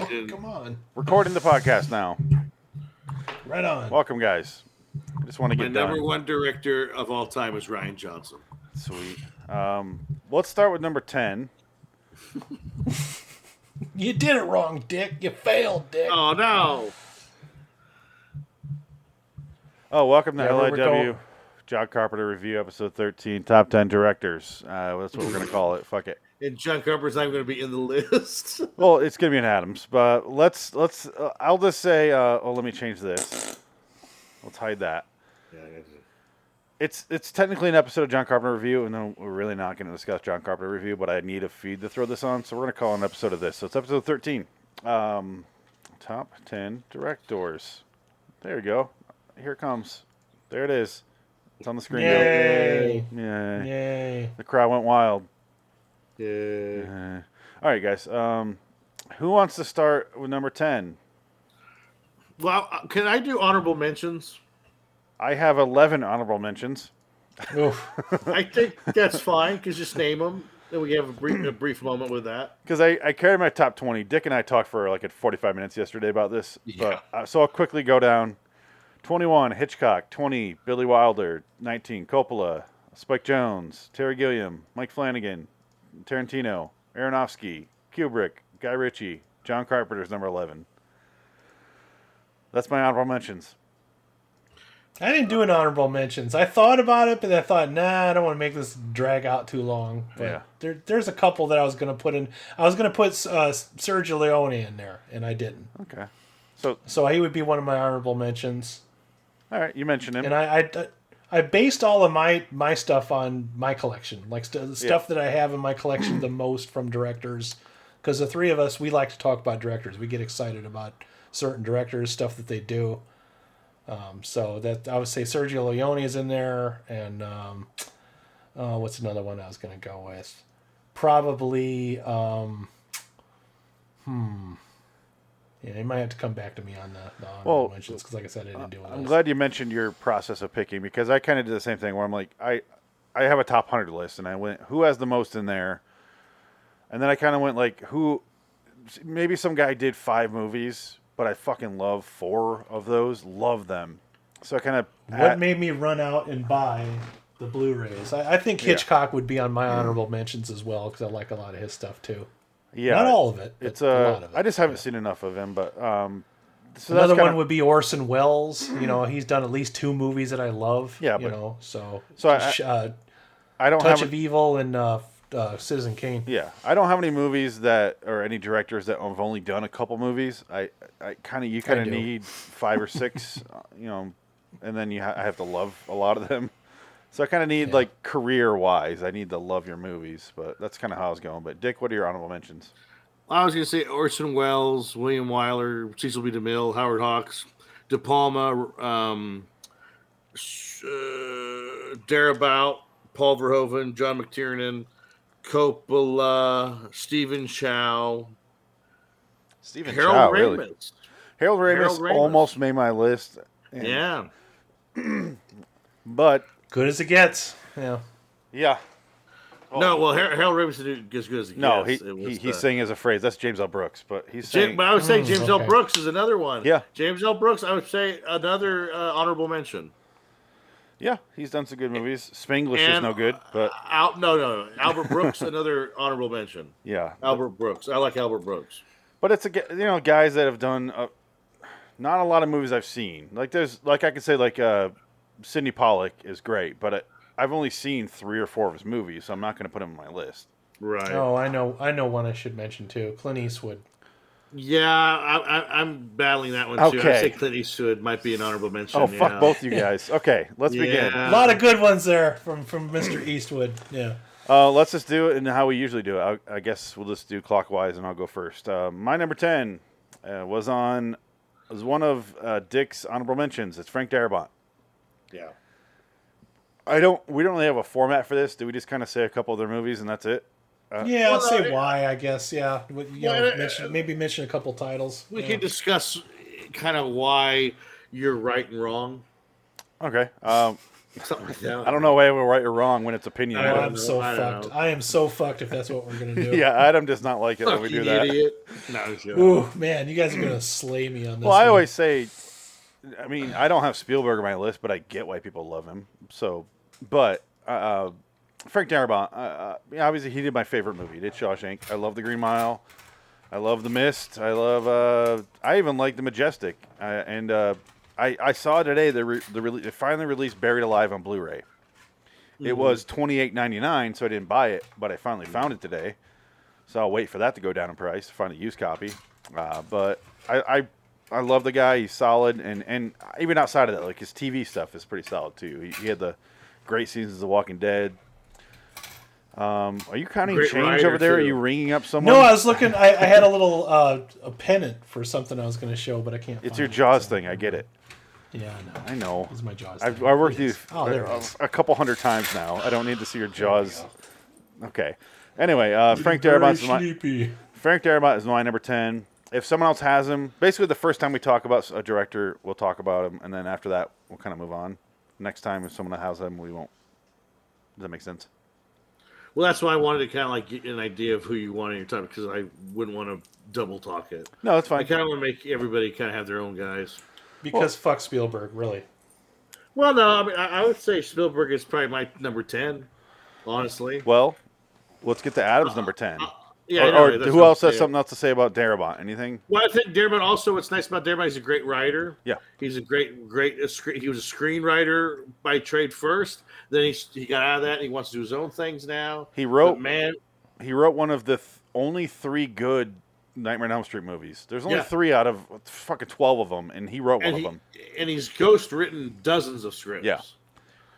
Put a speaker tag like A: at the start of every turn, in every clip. A: to.
B: Come on.
C: Recording the podcast now.
B: Right on.
C: Welcome, guys. I just want to
A: My
C: get
A: number
C: done.
A: one director of all time is Ryan Johnson.
C: Sweet. Um, let's start with number ten.
B: you did it wrong, Dick. You failed, Dick.
A: Oh no!
C: Oh, welcome to
D: Yeah, we're- we're
C: LIW
D: going-
C: John Carpenter review episode thirteen, top ten directors. Uh, that's what we're gonna call it. Fuck it.
A: And John Carpenter's not going to be in the list.
C: Well, it's gonna be an Adams, but let's let's. Uh, I'll just say. Uh, oh, let me change this. Let's hide that. It's it's technically an episode of John Carpenter review, and then we're really not going to discuss John Carpenter review. But I need a feed to throw this on, so we're going to call an episode of this. So it's episode thirteen. Um, top ten directors. There you go. Here it comes. There it is. It's on the screen.
B: Yay.
C: now. Yay.
B: Yay.
C: The crowd went wild.
A: Yeah.
C: Uh, all right, guys. Um, who wants to start with number ten?
A: Well, uh, can I do honorable mentions?
C: I have eleven honorable mentions.
B: Oof.
A: I think that's fine because just name them, then we have a brief, a brief moment with that.
C: because I, I carry my top 20 dick and i talked for like at 45 minutes yesterday about this but uh, so i'll quickly go down 21 hitchcock 20 billy wilder 19 coppola spike jones terry gilliam mike flanagan tarantino aronofsky kubrick guy ritchie john carpenter's number 11 that's my honorable mentions
B: I didn't do an honorable mentions. I thought about it, but I thought, nah, I don't want to make this drag out too long. But
C: Yeah.
B: there, there's a couple that I was going to put in. I was going to put uh, Sergio Leone in there, and I didn't.
C: okay so
B: So he would be one of my honorable mentions.
C: all right you mentioned him
B: And I, I, I based all of my my stuff on my collection, like st- stuff that I have in my collection the most from directors, because the three of us we like to talk about directors. We get excited about certain directors, stuff that they do. Um, so that I would say Sergio Leone is in there, and um, uh, what's another one I was going to go with? Probably. Um, hmm. Yeah, you might have to come back to me on the, the honorable
C: Well,
B: mentions because, like I said, I didn't do one.
C: I'm glad you mentioned your process of picking because I kind of did the same thing where I'm like, I, I have a top hundred list, and I went, who has the most in there, and then I kind of went like, who, maybe some guy did five movies, but I fucking love four of those, love them, so I kind of
B: What made me run out and buy the Blu-rays? I, I think Hitchcock would be on my honorable mentions as well because I like a lot of his stuff too.
C: yeah,
B: Not all of it. but
C: It's
B: a
C: uh,
B: lot of it.
C: I just haven't seen enough of him, but um, so
B: Another
C: that's kinda,
B: one would be Orson Welles. You know, he's done at least two movies that I love.
C: Yeah,
B: you
C: but-
B: know, so
C: So I-
B: Sh- uh,
C: I don't
B: Touch
C: have
B: of Evil and uh, uh, Citizen Kane.
C: Yeah, I don't have any movies that or any directors that have only done a couple movies. I, I kind of you kind of
B: do.
C: need five or six, uh, you know, and then you ha- I have to love a lot of them. So I kind of need
B: Yeah.
C: like career wise, I need to love your movies, but that's kind of how I was going. But Dick, what are your honorable mentions?
A: I was going to say Orson Welles, William Wyler, Cecil B. DeMille, Howard Hawks, De Palma, um, sh- uh, Darabout, Paul Verhoeven, John McTiernan, Coppola, Stephen Chow,
C: Stephen
A: Harold
C: Chow,
A: Ramis.
C: really. Harold Ramis
A: Harold Ramis.
C: almost made my list. and-
A: Yeah.
C: but
B: Good as it gets. Yeah,
C: yeah,
A: No, well, Har- Harold Ramis did do as good as he
C: no,
A: gets.
C: he,
A: It
C: he
A: was
C: he's
A: the-
C: saying as a phrase. That's James L. Brooks, but he's
A: Ja-
C: saying
A: but I would say
B: Mm,
A: James L.
B: okay.
A: Brooks is another one.
C: Yeah.
A: James L. Brooks, I would say another uh, honorable mention.
C: yeah, he's done some good movies. Spanglish is
A: and-
C: no good, but
A: Al- no, no, no. Albert Brooks, another honorable mention.
C: yeah,
A: Albert Brooks. I like Albert Brooks.
C: But it's a g- you know guys that have done uh not a lot of movies I've seen. Like there's like I could say like uh, Sidney Pollock is great, but I, I've only seen three or four of his movies, so I'm not going to put him on my list.
A: Right.
B: oh, I know, I know one I should mention too. Clint Eastwood.
A: Yeah, I, I, I'm battling that one too.
C: Okay.
A: I say Clint Eastwood might be an honorable mention.
C: Oh
A: yeah.
C: fuck both you guys. Okay, let's begin.
B: A
A: Yeah.
B: lot of good ones there from from Mr. Eastwood. Yeah.
C: Uh, let's just do it in how we usually do it. I, I guess we'll just do clockwise, and I'll go first. Uh, my number ten uh, was on was one of uh, Dick's honorable mentions. It's Frank Darabont.
A: Yeah.
C: I don't. We don't really have a format for this. Do we just kind of say a couple of their movies and that's it?
B: Yeah,
A: Well,
B: I'd say
A: it-
B: why. I guess. Yeah, Would- you
A: Well,
B: know,
A: it- uh,
B: mention, maybe mention a couple titles.
A: We
B: yeah.
A: can discuss kind of why you're right and wrong.
C: Okay. Um,
A: Something like that.
C: I don't know whether we're right or wrong when it's opinion.
A: I
B: Oh,
A: don't
C: but-
B: I'm
A: know.
B: so
A: I don't
B: fucked.
A: know.
B: I am so fucked if that's what we're gonna do.
C: yeah, Adam does not like it when we do
A: Fucking
C: that.
A: idiot. No, I'm joking.
B: Ooh, man, you guys are gonna slay me on this.
C: Well, I
B: one.
C: always say, I mean, I don't have Spielberg on my list, but I get why people love him. So, but uh, Frank Darabont, uh, uh, obviously, he did my favorite movie. He did Shawshank. I love The Green Mile. I love The Mist. I love. Uh, I even like The Majestic. Uh, and uh, I, I saw today the re- the rele- they finally released Buried Alive on Blu-ray.
B: Mm-hmm.
C: It was twenty eight ninety nine, so I didn't buy it, but I finally found it today. So I'll wait for that to go down in price. Find a used copy. Uh, but I, I I love the guy. He's solid, and and even outside of that, like his TV stuff is pretty solid too. He, he had the great seasons of The Walking Dead. Um, are you counting
A: Great
C: change
A: writer,
C: over there? Are
A: too.
C: you ringing up someone?
B: No, I was looking. I, I had a little uh, a pennant for something I was going to show, but I can't.
C: It's
B: find
C: your
B: it,
C: Jaws
B: so-
C: thing. I get it.
B: Yeah, I know.
C: I know.
B: It's my Jaws.
C: I've,
B: thing.
C: I worked
B: It
C: you Uh,
B: is. Oh, there
C: a,
B: it is.
C: a couple hundred times now. I don't need to see your jaws. Okay. Anyway, uh, Frank Darabont's
B: Very
C: my
B: sleepy.
C: Frank Darabont is my number ten. If someone else has him, basically the first time we talk about a director, we'll talk about him, and then after that, we'll kind of move on. Next time, if someone has him, we won't. Does that make sense?
A: Well, that's why I wanted to kind of like get an idea of who you want in your top because I wouldn't want to double talk it.
C: No, that's
A: I
C: fine.
A: kind of want to make everybody kind of have their own guys.
B: Because fuck Spielberg, really.
A: Well, no, I mean, I, I would say Spielberg is probably my number ten, honestly.
C: Well, let's get to Adam's number ten.
A: Uh, Yeah, I
C: or
A: know,
C: or
A: that's
C: who
A: what I'm
C: else has
A: saying.
C: something else to say about Darabont? Anything?
A: Well, I think Dearman also. What's nice about Dearman? He's a great writer.
C: Yeah.
A: he's a great, great. A screen, he was a screenwriter by trade first. Then he he got out of that. and He wants to do his own things now.
C: He
A: But
C: wrote
A: man,
C: he wrote one of the th- only three good Nightmare on Elm Street movies. There's only
A: Yeah.
C: three out of fucking twelve of them, and he wrote
A: and
C: one
A: he,
C: of them.
A: and he's ghost written dozens of scripts.
C: Yeah.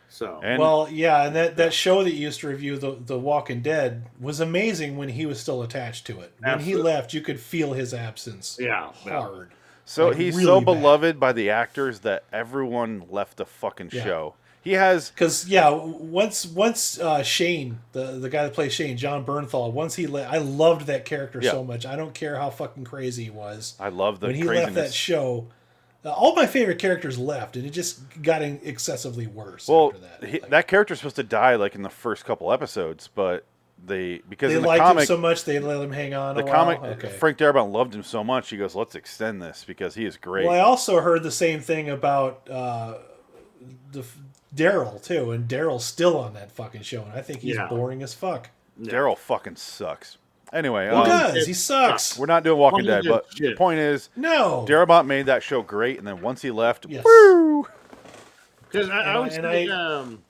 A: So
C: And
B: well, yeah, and that, that show that you used to review, the The Walking Dead, was amazing when he was still attached to it. When
A: Absolutely.
B: he left, you could feel his absence.
A: yeah, yeah.
B: hard.
C: so
B: like,
C: he's
B: really
C: so
B: bad.
C: beloved by the actors that everyone left the fucking
B: Yeah.
C: show. He has
B: Because yeah, w- once once uh, Shane, the the guy that plays Shane, John Bernthal, once he left, I loved that character
C: Yeah.
B: so much. I don't care how fucking crazy he was.
C: I love the
B: when he left that
C: craziness.
B: show, uh, all my favorite characters left, and it just got in- excessively worse
C: well,
B: after that.
C: he-
B: Like,
C: that character's supposed to die like in the first couple episodes, but they because
B: they
C: in the
B: liked
C: comic
B: him so much they let him hang on.
C: the
B: a
C: comic
B: while. okay.
C: Frank Darabont loved him so much. He goes, "Let's extend this because he is great."
B: Well, I also heard the same thing about uh, the f- Daryl too, and Daryl's still on that fucking show, and I think he's
A: Yeah.
B: boring as fuck.
C: Daryl fucking sucks. Anyway,
B: Who
C: um,
B: does? He
A: it
B: sucks.
C: we're not doing Walking
A: Walking
C: Dead,
A: Dead
C: but
A: shit.
C: the point is,
B: No.
C: Darabont made that show great, and then once he left,
B: Oh. Yes.
C: woo!
A: Because I, I
B: And I-
A: always
B: and
A: think, um,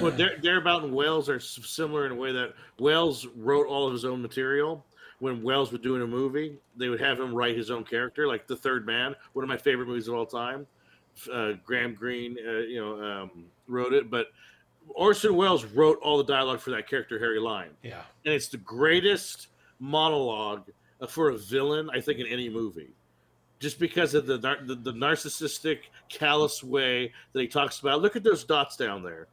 A: well, Dar- Darabout and Wells are s- similar in a way that Wells wrote all of his own material. When Wells would do in a movie, they would have him write his own character, like The Third Man, one of my favorite movies of all time. F- Uh, Graham Greene, uh, you know, um, wrote it, but Orson Welles wrote all the dialogue for that character, Harry Lyme,
B: Yeah.
A: and it's the greatest monologue uh, for a villain I think in any movie just because of the, nar- the the narcissistic, callous way that he talks about. Look at those dots down there.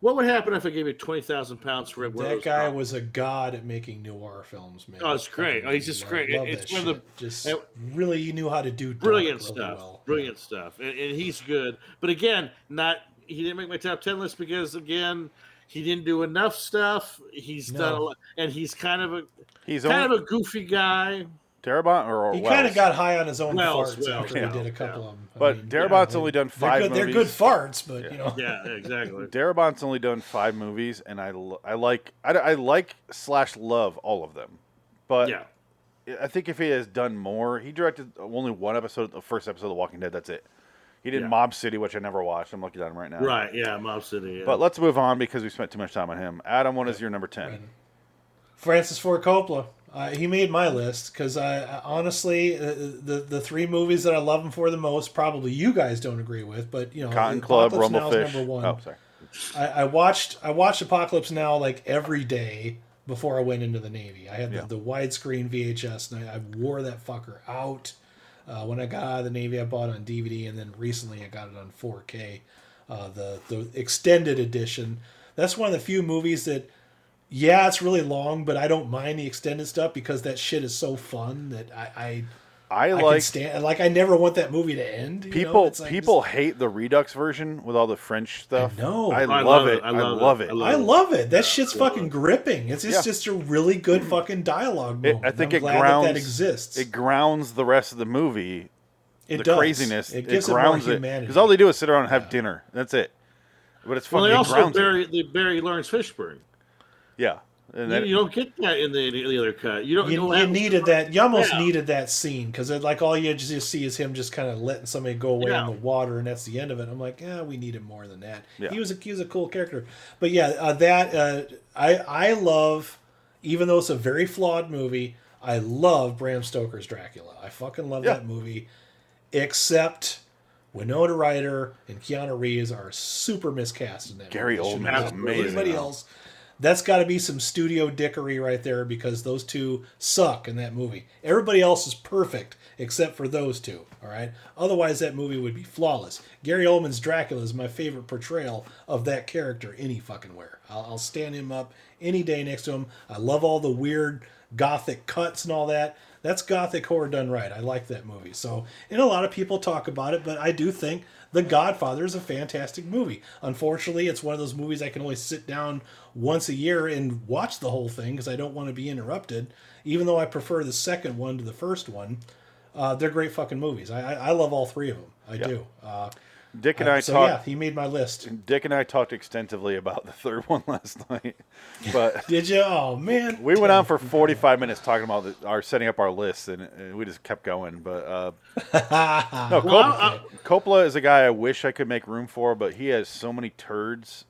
A: What would happen if I gave you twenty thousand pounds for every one of
B: That
A: those
B: guy
A: dots?
B: was a god at making noir films, man.
A: Oh, it's great. Oh, he's just great.
B: Love
A: It's
B: that
A: one of the-
B: shit. just
A: it-
B: really he knew how to do dark
A: brilliant
B: really
A: stuff,
B: well.
A: brilliant stuff, and, and he's good. But again, not he didn't make my top ten list because again. He didn't do enough stuff. He's
B: No.
A: done a lot, and he's kind of a
C: He's
A: kind
C: only
A: of a goofy guy.
C: Darabont or, or
B: He
C: Wells?
B: kind of got high on his own
A: Wells,
B: farts
A: Wells,
B: after
A: yeah,
B: he did a
A: yeah.
B: couple of them. I
C: But
B: mean,
C: Darabont's
B: yeah,
C: only done
B: they're
C: five
B: good. They're
C: movies.
B: good farts, but
C: Yeah.
B: you know,
A: Yeah, exactly.
C: Darabont's only done five movies, and I, lo- I like I, I like slash love all of them, but
A: yeah,
C: I think if he has done more, he directed only one episode, the first episode of The Walking Dead. That's it. He did
A: Yeah.
C: Mob City, which I never watched. I'm looking at him right now.
A: right. Yeah, Mob City. Yeah.
C: But let's move on because we spent too much time on him. Adam, what is your number ten?
B: Francis Ford Coppola. Uh, he made my list because I, I honestly uh, the the three movies that I love him for the most probably you guys don't agree with, but you know,
C: Cotton Club,
B: Apocalypse Now is
C: Rumblefish.
B: number one.
C: Oh, sorry.
B: I, I watched I watched Apocalypse Now like every day before I went into the Navy. I had
C: Yeah.
B: the, the widescreen VHS and I, I wore that fucker out. Uh, when I got out of the Navy, I bought it on DVD, and then recently I got it on 4K, uh, the the extended edition. That's one of the few movies that, yeah, it's really long, but I don't mind the extended stuff because that shit is so fun that I, I
C: I,
B: I can
C: like
B: stand like I never want that movie to end. you know?
C: people.
B: It's like-
C: people hate the Redux version with all the French stuff.
B: know.
C: I,
B: I
C: love, it. I love, it. I,
B: I love it. That shit's fucking gripping. It's just,
C: Yeah.
B: just a really good fucking dialogue.
C: It-
B: Moment.
C: I think
B: I'm
C: it
B: glad
C: grounds
B: that, that exists.
C: It grounds the rest of the movie.
B: It
C: the
B: does.
C: craziness.
B: It
C: It,
B: gives it,
C: grounds
B: more
C: it
B: humanity.
C: because all they do is sit around and have dinner. That's it. But it's
A: Well,
C: funny.
A: they
C: it
A: also
C: grounds it.
A: bury they bury Lawrence Fishburne.
C: Yeah. And
A: You,
C: then
A: you don't get that in the, in the other cut. You don't.
B: you,
A: don't
B: you
A: have-
B: needed that. You almost
A: Yeah.
B: needed that scene because like all you just see is him just kind of letting somebody go away
A: Yeah.
B: in the water, and that's the end of it. I'm like, yeah, we needed more than that.
C: Yeah.
B: He was a he was a cool character, but yeah, uh, that uh, I I love, even though it's a very flawed movie, I love Bram Stoker's Dracula. I fucking love
C: Yeah.
B: that movie, except. Winona Ryder and Keanu Reeves are super miscast in that.
C: Gary
B: movie. They should
C: Oldman
B: not
A: is
B: be.
A: amazing,
B: Anybody
C: though.
B: else? That's got to be some studio dickery right there because those two suck in that movie. Everybody else is perfect except for those two. All right. Otherwise, that movie would be flawless. Gary Oldman's Dracula is my favorite portrayal of that character any fucking where. I'll, I'll stand him up any day next to him. I love all the weird gothic cuts and all that. That's gothic horror done right. I like that movie. So, and a lot of people talk about it, but I do think The Godfather is a fantastic movie. Unfortunately, it's one of those movies I can only sit down once a year and watch the whole thing because I don't want to be interrupted. Even though I prefer the second one to the first one, uh, they're great fucking movies. I, I, I love all three of them. I do. Uh,
C: Dick and I
B: so
C: talked.
B: yeah, he made my list.
C: Dick and I talked extensively about the third one last night, but
B: Did you? Oh man,
C: we went on for 45 minutes talking about the, our setting up our list, and, and we just kept going. But uh, no, Cop-
A: I-
C: Coppola is a guy I wish I could make room for, but he has so many turds.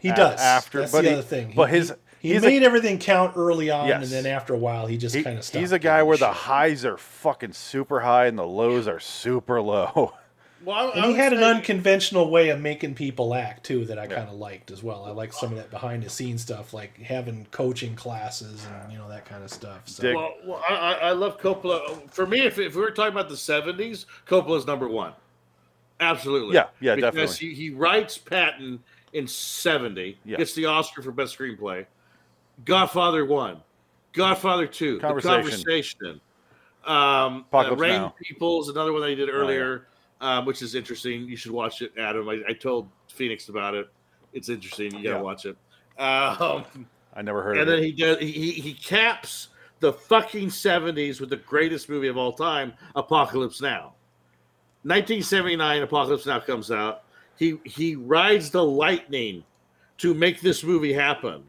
B: He
C: a-
B: does.
C: after-
B: That's
C: but
B: the
C: he-
B: other thing.
C: but
B: He-
C: his-
B: he, he
C: he's a-
B: made everything count early on,
C: Yes.
B: and then after a while, he just
C: He,
B: kind of stopped.
C: he's a
B: doing
C: guy
B: that
C: where the
B: shit.
C: highs are fucking super high and the lows are super low.
A: well, I- I
B: And he
A: would
B: had an
A: say-
B: unconventional way of making people act too that I kind of liked as well. I liked some of that behind the scenes stuff, like having coaching classes and you know that kind of stuff. So.
C: Dick.
A: Well, well I, I- I love Coppola. For me, if, if we were talking about the 70s, Coppola's number one. Absolutely.
C: Yeah, yeah,
A: because
C: definitely.
A: He, he writes Patton in 70,
C: Yeah.
A: gets the Oscar for Best Screenplay. Godfather 1, Godfather 2,
C: Conversation.
A: The Conversation. Um, uh,
C: Apocalypse
A: Rain
C: Now. Oh,
A: People is another one that I did earlier, um, which is interesting. You should watch it, Adam. I, I told Phoenix about it. It's interesting. You got to
C: Yeah.
A: watch it. Um,
C: I never heard of
A: and then
C: it.
A: he does he, he he caps the fucking 70s with the greatest movie of all time apocalypse now 1979 apocalypse now comes out he he rides the lightning to make this movie happen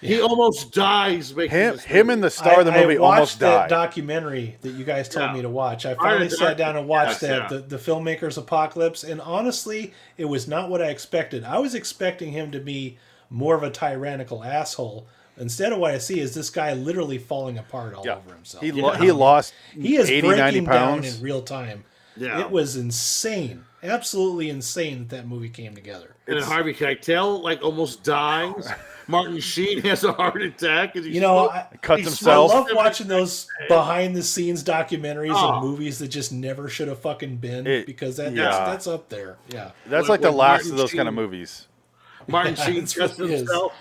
A: he almost dies making
C: him,
A: this
C: him
A: movie.
C: and the star of the
B: I-
C: movie
B: I watched
C: almost
B: that
C: died.
B: documentary that you guys told
A: Yeah.
B: me to watch. I
A: Fire
B: finally
A: the
B: sat down and watched
A: Yes,
B: that,
A: yeah.
B: the, the filmmaker's apocalypse, and honestly, it was not what I expected. I was expecting him to be more of a tyrannical asshole. Instead of what I see is this guy literally falling apart all
C: Yeah.
B: over himself.
C: He, lo- he lost
B: He is
C: 80, 90
B: breaking down
C: pounds.
B: in real time.
A: Yeah.
B: It was insane, absolutely insane that that movie came together.
A: and then harvey keitel like almost dies martin sheen has a heart attack 'cause he
B: You know,
A: smoked-
B: I,
C: Cuts
A: he
B: I
C: himself.
B: love watching those behind the scenes documentaries
A: Oh.
B: and movies that just never should have fucking been
C: It-
B: because that,
C: yeah.
B: that's, that's up there. Yeah.
C: That's
A: When-
C: like the
A: when
C: last
A: Martin
C: of those kind of
A: Sheen-
C: movies.
A: martin
B: Yeah,
A: sheen
B: it's
A: cuts
B: really is.
A: himself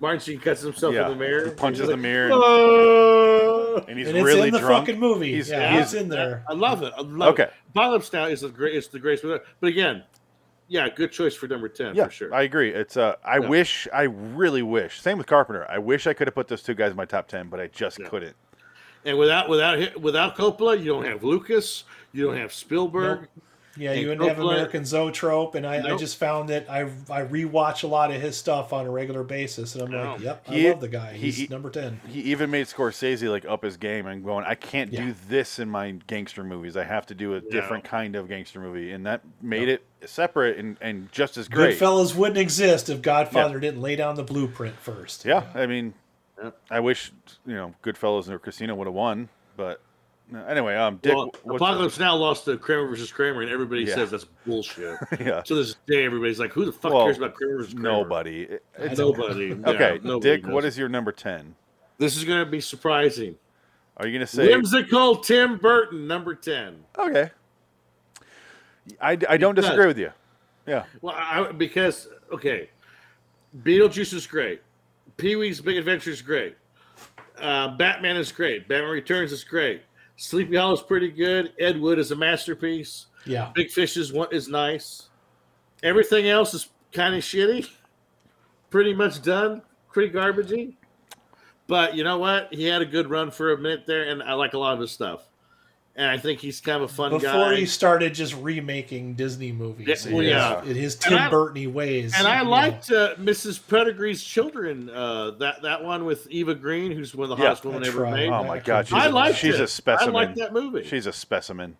A: martin sheen cuts himself
C: Yeah.
A: in the mirror
C: He punches
A: He's
C: the mirror and-
A: "Ah."
C: And he's
B: and it's
C: really
B: in the
C: drunk.
B: fucking movie.
C: He's-
B: yeah,
A: he's-
B: it's in there.
A: I love it. I love
C: Okay.
A: it. Apocalypse Now is the great. It's the greatest. movie. But again, yeah, good choice for number ten
C: yeah,
A: for sure.
C: I agree. It's uh, I wish, I really wish. Same with Carpenter. I wish I could have put those two guys in my top ten, but I just couldn't.
A: and without without hi- without Coppola, you don't have Lucas. You don't have Spielberg.
B: Yeah, you
A: and
B: would have
A: Coppola-
B: American Zoetrope, and I, I
A: Nope.
B: just found that I I rewatch a lot of his stuff on a regular basis, and I'm like,
A: No.
B: yep,
C: He-
B: I love the guy.
C: he-
B: He's number ten.
C: He even made Scorsese like up his game and going, I can't
B: Yeah.
C: do this in my gangster movies. I have to do a different kind of gangster movie, and that made it separate and, and just as great.
B: Goodfellas wouldn't exist if Godfather didn't lay down the blueprint first.
C: Yeah, I mean,
A: Yeah.
C: I wish you know Goodfellas or Casino would have won, but no, anyway, um, Dick,
A: Well,
C: what's-
A: Apocalypse Now lost to Kramer versus Kramer, and everybody
C: Yeah.
A: says that's bullshit.
C: Yeah.
A: To this day, everybody's like, "Who the fuck
C: Well,
A: cares about Kramer versus Kramer?"
C: nobody. It- it's-
A: Nobody. Yeah,
C: okay,
A: nobody
C: Dick, what
A: does.
C: is your number ten?
A: this? Is going to be surprising.
C: Are you gonna say
A: Whimsical Tim Burton, number ten.
C: Okay. I, I don't
A: Because-
C: disagree with you. Yeah.
A: Well, I, because okay, Beetlejuice is great. Pee Wee's Big Adventure is great. Uh, Batman is great. Batman Returns is great. Sleepy Hollow is pretty good. Ed Wood is a masterpiece.
B: Yeah.
A: Big Fish is one is nice. Everything else is kind of shitty. Pretty much done. Pretty garbagey. But you know what? He had a good run for a minute there, and I like a lot of his stuff. And I think he's kind of a fun
B: Before
A: guy.
B: he started just remaking Disney movies,
A: Yeah, well,
B: in his-
A: yeah.
B: in his
A: And I-
B: Tim Burton ways,
A: And I
B: you know.
A: liked uh, Mrs. Pettigrew's Children, uh, that that one with Eva Green, who's one of the
C: Yeah.
A: hottest women
B: That's
A: ever
B: right.
A: made.
C: Oh
B: I
C: my god, she's,
A: I
C: a-
A: liked
C: she's
A: it.
C: a specimen.
A: I like that movie.
C: She's a specimen.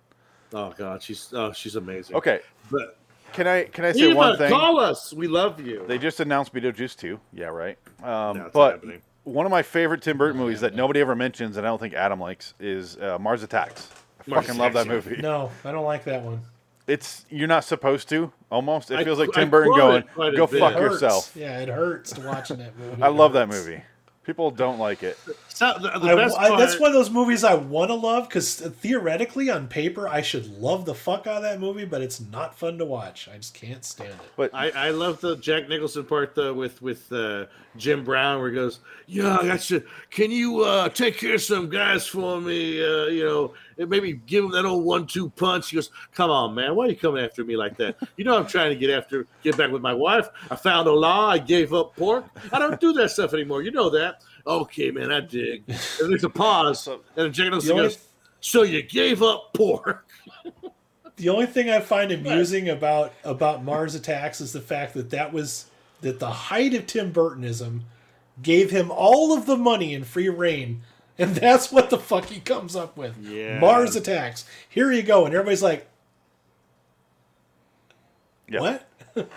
A: oh god, she's oh she's amazing.
C: Okay,
A: but
C: can I can I say one
A: Eva,
C: thing?
A: call us. We love you.
C: They just announced Beetlejuice 2. Yeah, right. Um,
A: No, it's
C: but
A: not happening.
C: one of my favorite Tim Burton movies that nobody ever mentions, and I don't think Adam likes, is uh, Mars Attacks. I
A: Mars
C: fucking love that
A: Attacks,
C: movie.
B: No, I don't like that one.
C: It's you're not supposed to. Almost, it
A: I-
C: feels like
A: I
C: Tim Burton
A: quote
C: going,
A: it quite a
C: "Go
A: bit.
C: fuck
A: Hurts.
C: yourself."
B: Yeah, it hurts watching that movie.
C: I love
B: It
C: that
B: hurts.
C: movie. People don't like it.
A: So, the, the
B: I-
A: best
B: I-
A: part,
B: that's one of those movies I want to love because theoretically, on paper, I should love the fuck out of that movie, but it's not fun to watch. I just can't stand it.
C: But
A: I, I love the Jack Nicholson part though with with uh, Jim Brown where he goes, "Yeah, I got you. Can you uh, take care of some guys for me? Uh, you know, and maybe give him that old one-two punch." He goes, "Come on, man, why are you coming after me like that? You know I'm trying to get after get back with my wife. I found a law. I gave up pork. I don't do that stuff anymore. You know that." Okay, man, I dig. And there's a pause, and then
B: The
A: Jack Nicholson
B: only,
A: goes, "So you gave up pork?"
B: the only thing I find amusing about about Mars Attacks is the fact that that was that the height of Tim Burtonism gave him all of the money and free reign, and that's what the fuck he comes up with.
A: Yeah.
B: Mars Attacks. Here you go, and everybody's like,
C: Yeah.
B: "What?"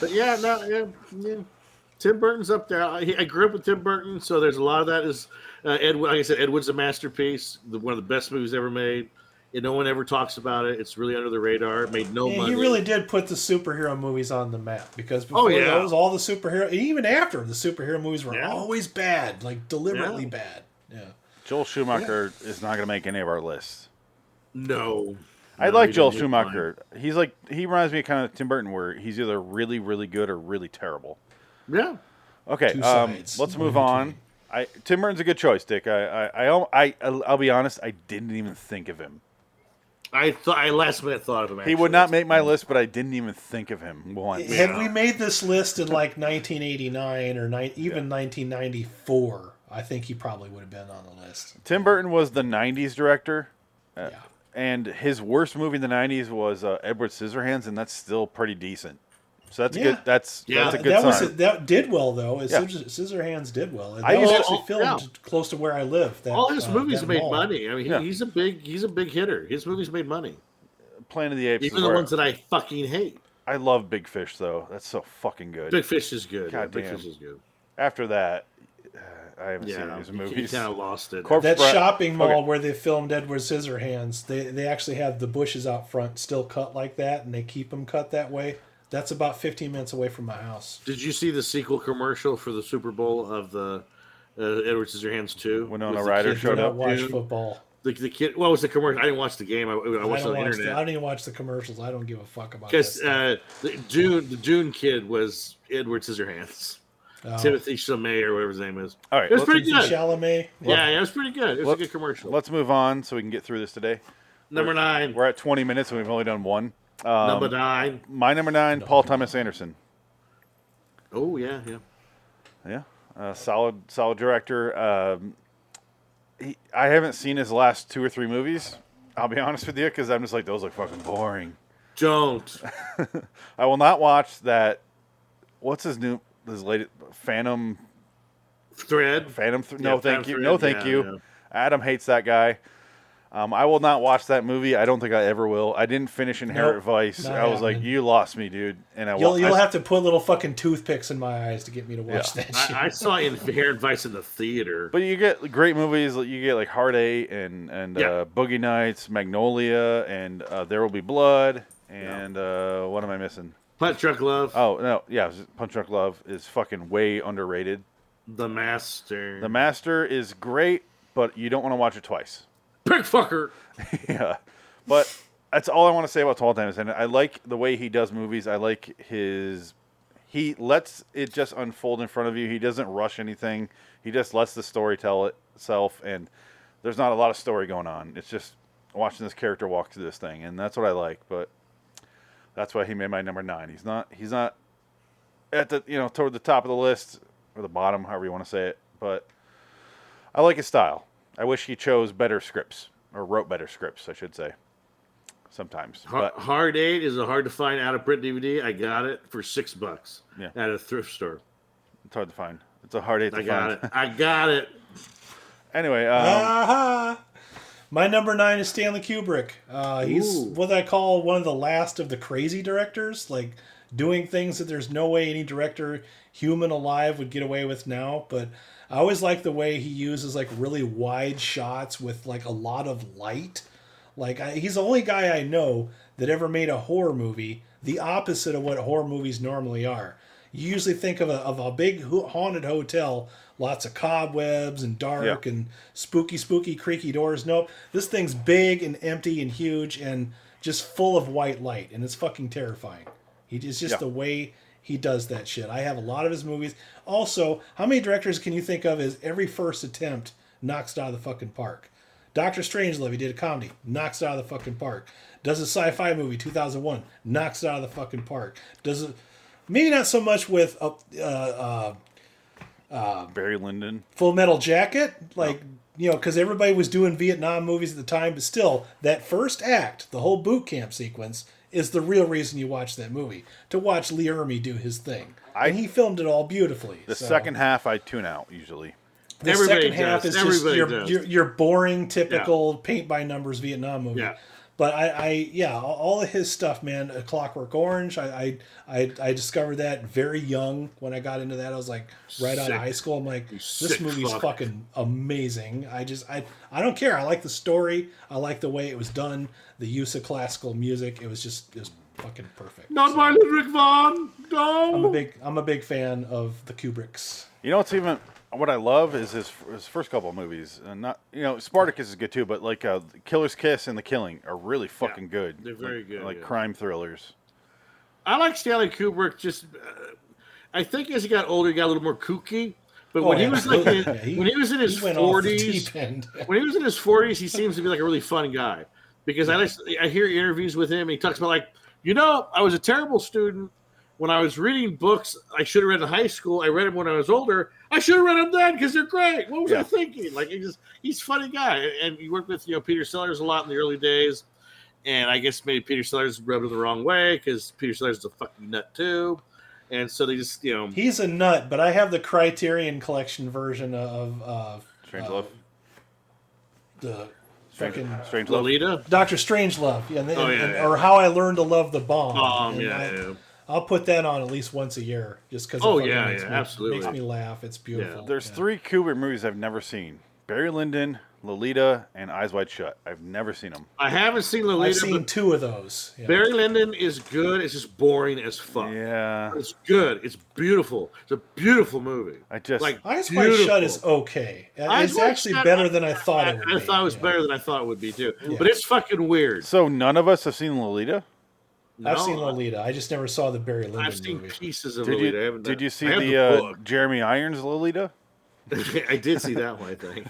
A: But yeah, no, yeah, yeah. Tim Burton's up there. I, I grew up with Tim Burton, so there's a lot of that. Is uh, Ed? Wood- Like I said, Ed Wood's a masterpiece. The, one of the best movies ever made. And no one ever talks about it. It's really under the radar. It made no
B: Yeah,
A: money.
B: he really did put the superhero movies on the map because before
A: Oh, yeah.
B: those, all the superhero, even after the superhero movies were
A: Yeah.
B: always bad, like deliberately
A: Yeah.
B: bad. Yeah,
C: Joel Schumacher is not going to make any of our lists.
A: no.
C: I
A: No,
C: like
A: he
C: Joel
A: didn't make mine.
C: Schumacher. He's like he reminds me kind of Tim Burton, where he's either really, really good or really terrible.
A: Yeah.
C: Okay,
B: Two
C: um,
B: sides.
C: let's
B: One
C: move
B: and
C: on. I, Tim Burton's a good choice, Dick. I, I, I, I, I'll I'll be honest. I didn't even think of him.
A: I thought I last minute thought of him.
C: He would
A: actually.
C: not make my list, but I didn't even think of him once.
B: had we made this list in like 1989 or ni- even 1994, I think he probably would have been on the list.
C: Tim Burton was the '90s director,
B: yeah,
C: and his worst movie in the '90s was uh, Edward Scissorhands, and that's still pretty decent. So that's
B: Yeah.
C: good. That's
A: Yeah.
C: that's a
B: Uh,
C: good
B: that was
C: sign.
B: that did well though. It's
C: Yeah.
B: Scissorhands did well. And
C: I
B: That was
C: used to-
B: actually
A: oh,
B: filmed
A: yeah.
B: close to where I live. That,
A: All his
B: uh,
A: movies
B: that
A: made
B: mall.
A: money. I mean, he,
C: Yeah.
A: he's a big he's a big hitter. His movies made money.
C: Planet of the Apes. Is
A: Even the
C: where
A: ones that I fucking hate.
C: I love Big Fish though. That's so fucking good.
A: Big Fish is good. Yeah,
C: God
A: Big
C: damn.
A: Fish is good.
C: After that, uh, I haven't seen
A: Yeah,
C: his
A: he, he
C: movies.
A: kind of lost it.
C: Corp-
B: That
C: Right.
B: shopping mall
C: Okay.
B: where they filmed Edward Scissorhands, they they actually have the bushes out front still cut like that, and they keep them cut that way. That's about 15 minutes away from my house.
A: Did you see the sequel commercial for the Super Bowl of the uh, Edward Scissorhands two?
C: Winona
A: With the
C: Ryder
A: kid-
C: showed
B: Showed
C: up,
B: up, watch
A: dude.
B: football.
A: The, the kid. Well, it was the commercial. I didn't watch the game. I, I
B: I
A: watched
B: don't
A: it
B: watch. The,
A: on the
B: I
A: internet
B: don't even watch the commercials. I don't give a fuck about that
A: because
B: stuff.
A: uh, the Dune the Dune kid was Edward Scissorhands.
B: Oh.
A: Timothy Chalamet or whatever his name is.
C: All right,
A: it was
C: let's-
A: pretty
B: Timothée
A: good.
B: Chalamet.
A: yeah, yeah, it was pretty good. It was a
C: Let's-
A: good commercial.
C: Let's move on so we can get through this today.
A: number nine.
C: We're at 20 minutes and we've only done one. Um,
A: number nine.
C: My number nine, Paul Thomas Anderson.
A: Oh yeah, yeah.
C: Yeah, uh, solid, solid director. Um, he, I haven't seen his last two or three movies. I'll be honest with you, because I'm just like those look fucking boring.
A: Don't.
C: I will not watch that. What's his new? His latest Phantom
A: Thread.
C: Phantom. Th-
A: Yeah,
C: no, thank
A: Phantom
C: you. No,
A: Thread,
C: thank
A: yeah,
C: you. Adam hates that guy. Um, I will not watch that movie. I don't think I ever will. I didn't finish Inherit
B: Nope,
C: Vice.
B: not
C: I was like,
B: happening.
C: you lost me, dude. And I wa-
B: You'll, you'll
C: I-
B: have to put little fucking toothpicks in my eyes to get me to watch
C: Yeah.
B: that shit.
A: I, I saw Inherent Vice in the theater.
C: But you get great movies. like, You get like Heart Eight and and
A: Yeah.
C: uh, Boogie Nights, Magnolia, and uh, There Will Be Blood. And uh, what am I missing?
A: Plant Truck Love.
C: Oh no, yeah, Punch Drunk Love is fucking way underrated.
A: The Master.
C: The Master is great, but you don't want to watch it twice.
A: Pig fucker.
C: yeah, but that's all I want to say about Tall Times. And I like the way he does movies. I like his. He lets it just unfold in front of you. He doesn't rush anything. He just lets the story tell itself. And there's not a lot of story going on. It's just watching this character walk through this thing, and that's what I like. But that's why he made my number nine. He's not he's not at the you know toward the top of the list or the bottom, however you want to say it. But I like his style. I wish he chose better scripts or wrote better scripts, I should say. Sometimes,
A: Har-
C: but
A: Hard Eight is a hard to find out of print DVD. I got it for six bucks
C: Yeah.
A: at a thrift store.
C: it's hard to find. It's a hard eight to
A: I got
C: find.
A: it. I got it.
C: anyway, um,
B: Aha! My number nine is Stanley Kubrick. Uh, he's
A: Ooh.
B: what I call one of the last of the crazy directors, like doing things that there's no way any director, human alive, would get away with now. But I always like the way he uses like really wide shots with like a lot of light. Like I, he's the only guy I know that ever made a horror movie, the opposite of what horror movies normally are. You usually think of a, of a big ho- haunted hotel, lots of cobwebs and dark
C: Yeah.
B: and spooky, spooky, creaky doors. Nope, this thing's big and empty and huge and just full of white light, and it's fucking terrifying. He it's just
C: Yeah.
B: the way he does that shit. I have a lot of his movies. Also, how many directors can you think of as every first attempt knocks it out of the fucking park? Doctor Strangelove, he did a comedy, knocks it out of the fucking park. Does a sci-fi movie, 2001, knocks it out of the fucking park. Does it? Maybe not so much with uh, uh, uh,
A: Ah.
C: Barry Lyndon.
B: Full Metal Jacket, like you know, because everybody was doing Vietnam movies at the time. But still, that first act, the whole boot camp sequence, is the real reason you watch that movie to watch Lee Ermey do his thing, and he filmed it all beautifully.
C: The second half, I tune out usually.
B: the
A: Everybody
B: second half
A: does.
B: is just
A: Everybody
B: your,
A: does.
B: your, your boring, typical paint by numbers Vietnam movie.
A: Yeah.
B: But I, I, yeah, all- all of his stuff, man. A Clockwork Orange. I, I, I, I discovered that very young when I got into that. I was like, right out
A: Sick.
B: of high school. I'm like, this
A: sick
B: movie's
A: fuck.
B: fucking amazing. I just, I, I don't care. I like the story. I like the way it was done. The use of classical music. It was just, it was fucking perfect.
A: Not
B: So,
A: my Ludwig von. No.
B: I'm a big, I'm a big fan of the Kubricks.
C: You know what's even what I love is his, his first couple of movies. And not you know Spartacus is good too, but like uh, Killer's Kiss and The Killing are really fucking good.
A: they're very
C: Like-
A: good,
C: like
A: yeah.
C: crime thrillers.
A: I like Stanley Kubrick. Just, uh, I think as he got older, he got a little more kooky. But when he was like in,
B: Oh, Yeah, he-
A: when he was in his
B: he went off the
A: forties,
B: deep end.
A: when he was in his forties, he seems to be like a really fun guy. Because I like, I hear interviews with him. And he talks about like, you know, I was a terrible student when I was reading books I should have read in high school. I read them when I was older. I should have read them then because they're great. What was
C: Yeah.
A: I thinking? Like, he just he's a funny guy, and he worked with you know Peter Sellers a lot in the early days. And I guess maybe Peter Sellers rubbed him the wrong way because Peter Sellers is a fucking nut too. And so they just, you know,
B: He's a nut, but I have the Criterion Collection version of uh,
C: Strange
B: uh,
C: Love.
B: the
C: Strange,
B: fucking
C: Strange Love.
A: Lolita.
B: Doctor Strange Love, yeah, and,
A: Oh, yeah,
B: and-
A: yeah.
B: or How I Learned to Love the Bomb.
A: Um,
B: And
A: yeah,
B: I,
A: yeah.
B: will put that on at least once a year, just because.
A: Oh, yeah, yeah,
B: me,
A: absolutely.
B: Makes me laugh. It's beautiful.
C: There's
B: Yeah.
C: three Kubrick movies I've never seen: Barry Lyndon, Lolita, and Eyes Wide Shut. I've never seen them.
A: I haven't seen Lolita.
B: I've seen
A: but
B: two of those. Yeah.
A: Barry Lyndon is good. It's just boring as fuck.
C: Yeah,
A: It's good. It's beautiful. It's a beautiful movie.
C: I just
A: Like
B: Eyes Wide Shut is
A: beautiful.
B: okay.
A: Eyes
B: It's
A: Wide
B: actually
A: Shut,
B: better than I thought
A: I,
B: it would
A: I
B: be.
A: thought it was
B: yeah.
A: better than I thought it would be too. But it's fucking weird.
C: so none of us have seen Lolita.
B: I've
A: No,
B: seen Lolita. I just never saw the Barry Lyndon
A: I've seen
B: movie.
A: pieces of
C: Did
A: Lolita. I
C: you
A: haven't
C: did
A: done-
C: you see
A: I have
C: the uh, Jeremy Irons Lolita?
A: book. I did see that one. I think.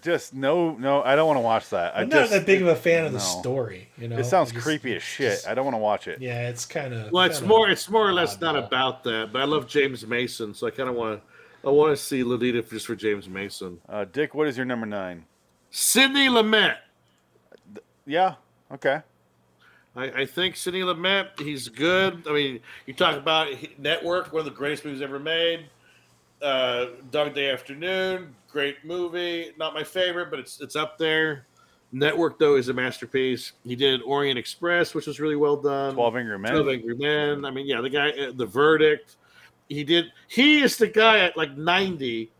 C: Just no, no. I don't want to watch that. I
B: I'm
C: just,
B: not that big of a fan of the
C: no.
B: story. You know,
C: It sounds
B: I just-
C: creepy as shit. I don't want to watch it.
B: Yeah, it's kind of.
A: Well, it's more. It's more or less not about that. But I love James Mason, so I kind of want to. I want to see Lolita just for James Mason.
C: Uh, Dick, what is your number nine?
A: Sidney Lumet.
C: Yeah. Okay.
A: I, I think Sidney Lumet, he's good. I mean, you talk about he- Network, one of the greatest movies ever made. Uh, Dog Day Afternoon, great movie. Not my favorite, but it's it's up there. Network though is a masterpiece. He did Orient Express, which was really well done.
C: Twelve Angry Men.
A: Twelve Angry Men. I mean, yeah, the guy, uh, the verdict. He did. He is the guy at like ninety,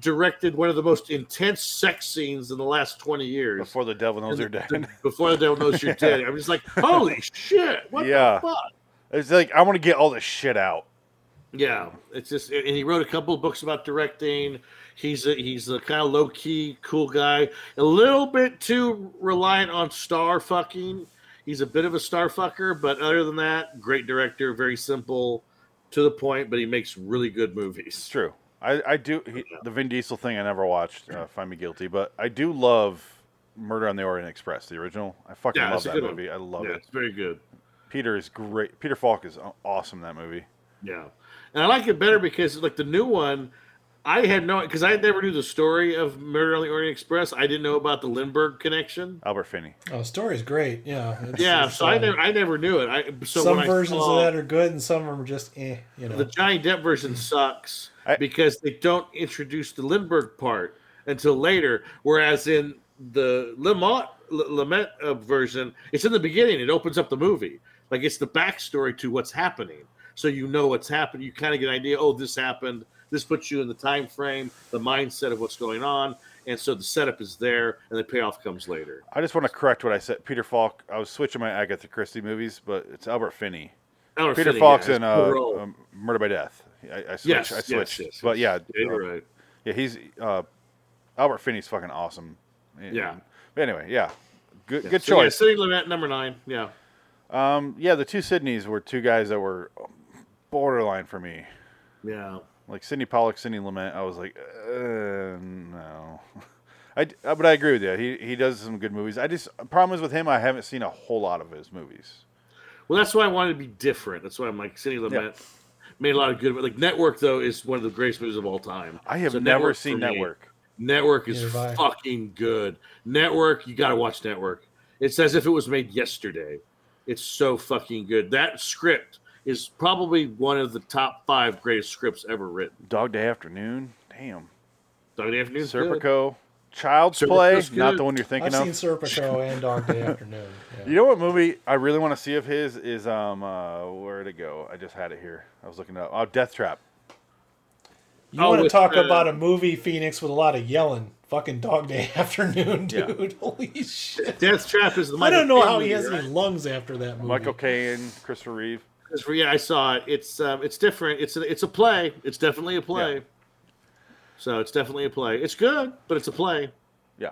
A: directed one of the most intense sex scenes in the last twenty years
C: Before the devil knows you're dead.
A: before the devil knows you're dead. I'm just like, holy shit, what
C: Yeah.
A: the fuck?
C: it's like I want to get all this shit out.
A: Yeah, it's just, and he wrote a couple of books about directing. He's a, he's a kind of low key, cool guy. A little bit too reliant on star fucking. He's a bit of a star fucker, but other than that, great director, very simple, to the point. But he makes really good
C: It's
A: movies.
C: true. I, I do he, the Vin Diesel thing. I never watched. Uh, Find me guilty, but I do love Murder on the Orient Express, the original. I fucking
A: Yeah,
C: love
A: that's a
C: that
A: good one.
C: movie. I love
A: yeah,
C: it.
A: it's very good.
C: Peter is great. Peter Falk is aw- awesome in that movie.
A: Yeah, and I like it better because like the new one, I had no because I never knew the story of Murder on the Orient Express. I didn't know about the Lindbergh connection.
C: Albert Finney.
B: Oh, story's great. Yeah. it's-
A: Yeah,
B: it's,
A: so I
B: uh,
A: never I never knew it. I so
B: some
A: when I
B: versions
A: saw-
B: of that are good, and some of them are just eh. You know.
A: the Johnny Depp version sucks
C: Mm. I-
A: because they don't introduce the Lindbergh part until later. Whereas in the Lamont Lament uh, version, it's in the beginning. It opens up the movie, like it's the backstory to what's happening, so you know what's happening. You kind of get an idea. Oh, this happened. This puts you in the time frame, the mindset of what's going on, and so the setup is there, and the payoff comes later.
C: I just want to correct what I said. Peter Falk. I was switching my Agatha Christie movies, but it's Albert Finney.
A: Albert
C: Peter
A: Finney,
C: Falk's
A: yeah,
C: in
A: it's
C: uh,
A: Poirot.
C: um, Murder by Death. I, I switched.
A: yes,
C: I
A: yes,
C: switched.
A: yes,
C: but yeah,
A: yes. yeah,
C: uh,
A: you're right.
C: yeah, he's uh, Albert Finney's fucking awesome.
A: Yeah.
C: But anyway, yeah, good
A: Yeah.
C: good
A: So, yeah,
C: choice.
A: Sidney Lumet, number nine. Yeah.
C: Um, yeah, the two Sydneys were two guys that were borderline for me.
A: Yeah.
C: Like Sidney Pollock, Sidney Lumet. I was like, uh, no. I, d- uh, but I agree with you. He he does some good movies. I just problem is with him. I haven't seen a whole lot of his movies.
A: Well, that's why I wanted to be different. That's why I'm like Cindy Lumet
C: Yeah.
A: made a lot of good. Like Network though is one of the greatest movies of all time.
C: I have
A: So
C: never
A: for
C: seen
A: me-
C: Network.
A: Network is
B: Neither have I.
A: fucking good. Network, you got to watch Network. It's as if it was made yesterday. It's so fucking good. That script is probably one of the top five greatest scripts ever written.
C: Dog Day Afternoon. Damn.
A: Dog Day Afternoon's good.
C: Serpico. Child's
A: Serpico's
C: Play. Not
A: good.
C: the one you're thinking
B: I've
C: of.
B: seen Serpico and Dog Day Afternoon. Yeah.
C: You know what movie I really want to see of his is um uh where'd it go? I just had it here. I was looking it up. Oh, Death Trap.
B: You
A: Oh,
B: want to
A: with,
B: talk
A: uh,
B: about a movie, Phoenix, with a lot of yelling? Fucking Dog Day Afternoon,
C: Yeah.
B: dude. Holy shit!
A: Death Trap is the.
B: I don't
A: Michael
B: know
A: Caine
B: how he
A: movie,
B: has
A: right?
B: any lungs after that movie.
A: Mm-hmm.
C: Michael Caine, Christopher Reeve.
A: Because, Yeah, I saw it. It's um, it's different. It's a, it's a play. It's definitely a play.
C: Yeah.
A: So it's definitely a play. It's good, but it's a play,
C: Yeah,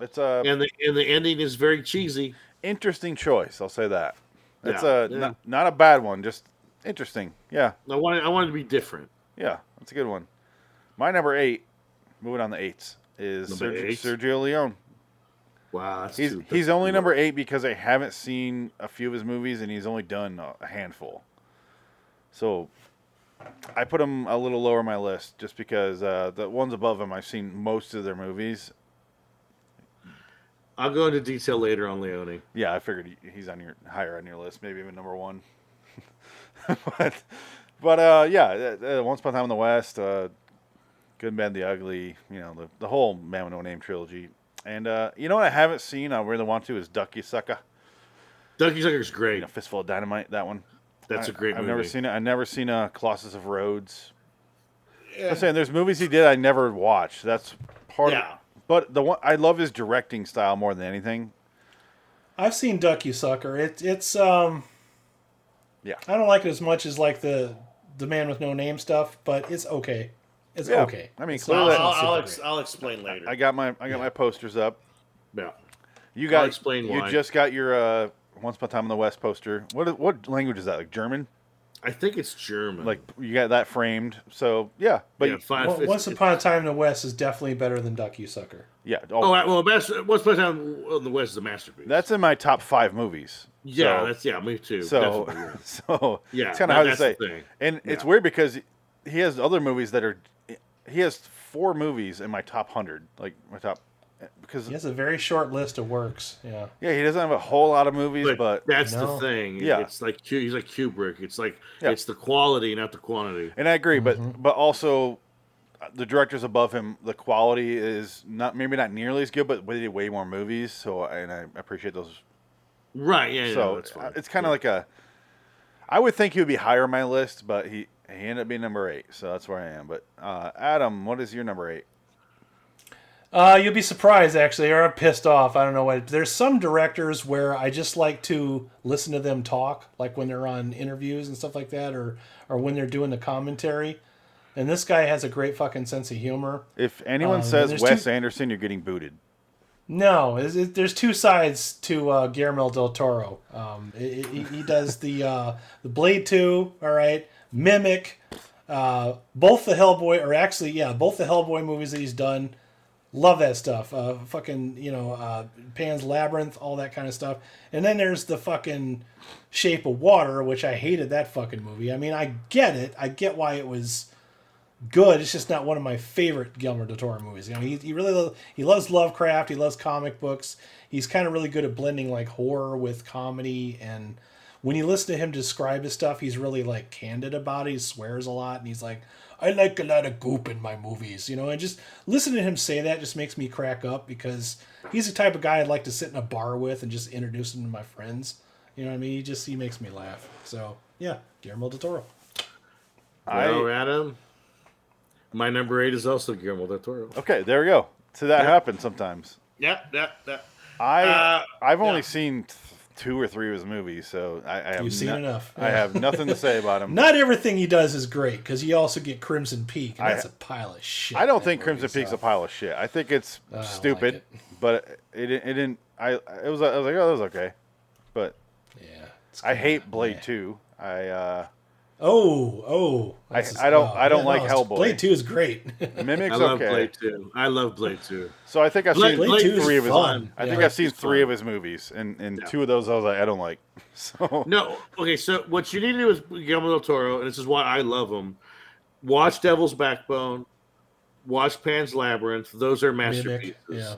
C: it's a
A: and the and the ending is very cheesy.
C: interesting choice. I'll say that. It's
A: Yeah,
C: a
A: yeah.
C: Not, not a bad one, just interesting. Yeah,
A: I wanted I wanted to be different.
C: yeah, that's a good one. My number eight, moving on the eights, is
A: Number
C: Sergio,
A: eight?
C: Sergio Leone.
A: Wow, that's
C: He's
A: too-
C: he's
A: that's
C: only
A: too
C: number eight because I haven't seen a few of his movies and he's only done a handful. So I put him a little lower on my list just because uh, the ones above him I've seen most of their movies.
A: low. I'll go into detail later on Leone.
C: Yeah, I figured he- he's on your higher on your list, maybe even number one. but but uh, yeah, uh, uh, Once Upon a Time in the West, uh, Good, Bad, and the Ugly, you know the the whole Man with No Name trilogy. And uh, you know what I haven't seen, I really want to is Ducky Sucker.
A: Ducky Sucker's
C: you
A: great.
C: know, Fistful of Dynamite. That one.
A: That's
C: a
A: a great
C: I've
A: movie.
C: never seen it. I've never seen a Colossus of Rhodes. I'm saying there's movies he did I never watched. That's part.
A: Yeah.
C: Of, but the one I love his directing style more than anything.
B: I've seen Duck You Sucker. It, it's um,
C: Yeah.
B: I don't like it as much as like the the Man with No Name stuff, but it's okay. It's
C: Yeah.
B: okay.
C: I mean,
B: It's
C: clearly-
B: not- it's not
C: I'll-
B: super great.
A: I'll explain later.
C: I got my I got my posters up.
A: yeah.
C: You got
A: explain
C: You
A: why.
C: just got your uh, Once Upon a Time in the West poster. What what language is that? Like German?
A: I think it's German.
C: Like you got that framed. So yeah, but
A: yeah,
C: you-
A: five,
B: Well,
A: it's-
B: Once
A: it's-
B: Upon a Time in the West is definitely better than Duck You Sucker.
C: yeah.
A: Oh,
C: Oh,
A: I- well, Mas- Once Upon a Time in the West is a masterpiece.
C: that's in my top five movies.
A: yeah,
C: So-
A: that's yeah, me too.
C: So,
A: definitely.
C: so
A: Yeah,
C: it's kind of
A: that-
C: hard to
A: that's the
C: say.
A: thing.
C: And it's
A: Yeah.
C: weird because he has other movies that are. He has four movies in my top hundred, like my top, because
B: He has a very short list of works. Yeah.
C: yeah, he doesn't have a whole lot of movies,
A: but,
C: but,
A: that's
B: No.
A: the thing.
C: Yeah.
A: it's like Ku- he's like Kubrick. It's like
C: Yeah.
A: it's the quality, not the quantity.
C: and I agree, but but also uh, the directors above him, the quality is not maybe not nearly as good, but they did way more movies. So and I appreciate those.
A: Right? Yeah.
C: so
A: yeah, that's fine.
C: uh, it's kind of like a. I would think he would be higher on my list, but he he ended up being number eight, so that's where I am. But uh, Adam, what is your number eight?
B: Uh, you'll be surprised, actually, or I'm pissed off. I don't know what. There's some directors where I just like to listen to them talk, like when they're on interviews and stuff like that, or or when they're doing the commentary. And this guy has a great fucking sense of humor.
C: If anyone
B: Um,
C: says
B: there's
C: Wes
B: two-
C: Anderson, you're getting booted.
B: No, is it, there's two sides to uh, Guillermo del Toro. Um, i i he does the uh, the Blade Two, all right, Mimic, Uh, both the Hellboy, or actually, yeah, both the Hellboy movies that he's done. Love that stuff. Uh, fucking, you know, uh, Pan's Labyrinth, all that kind of stuff. And then there's the fucking Shape of Water, which I hated that fucking movie. I mean, I get it. I get why it was good. It's just not one of my favorite Guillermo del Toro movies. You know, he, he really lo- he loves Lovecraft. He loves comic books. He's kind of really good at blending like horror with comedy. And when you listen to him describe his stuff, he's really like candid about it. He swears a lot, and he's like, "I like a lot of goop in my movies," you know. And just listening to him say that just makes me crack up because he's the type of guy I'd like to sit in a bar with and just introduce him to my friends. You know what I mean? He just he makes me laugh. So yeah, Guillermo del Toro.
A: Well, Adam, my number eight is also Guillermo del Toro.
C: Okay, there we go. So that happens sometimes.
A: Yeah, that that.
C: I
A: Uh,
C: I've only
A: yeah.
C: seen th- two or three of his movies, so I, I have
B: You've seen
C: no-
B: enough.
C: I have nothing to say about him.
B: Not everything he does is great because you also get Crimson Peak, and
C: I-
B: that's a pile of shit.
C: I don't
B: that
C: think
B: movie,
C: Crimson Peak's
B: so.
C: a pile of shit. I think it's
B: don't like
C: stupid,
B: it.
C: but it it didn't. I it was I was like oh that was okay, but
B: Yeah, it's
C: I
B: kinda-
C: hate Blade
B: yeah.
C: Two. I uh,
B: Oh, oh.
C: I-
B: This is-
C: I don't-
B: oh,
C: I don't like
B: it's-
C: Hellboy.
B: Blade Two is great.
C: mimics
A: I love
C: okay.
A: Blade Two. I love Blade Two.
C: So I think I've
A: Blade-
C: seen
A: Blade
B: two is
C: three of his.
B: fun.
C: I
B: Yeah.
C: think
B: Blade
C: I've seen
A: two's
C: three
A: fun.
C: of his movies, and, and two of those I was like I don't like. So
A: No, okay. So what you need to do is Guillermo del Toro, and this is why I love him. Watch Devil's Backbone. Watch Pan's Labyrinth. Those are masterpieces.
B: Mimic, yeah.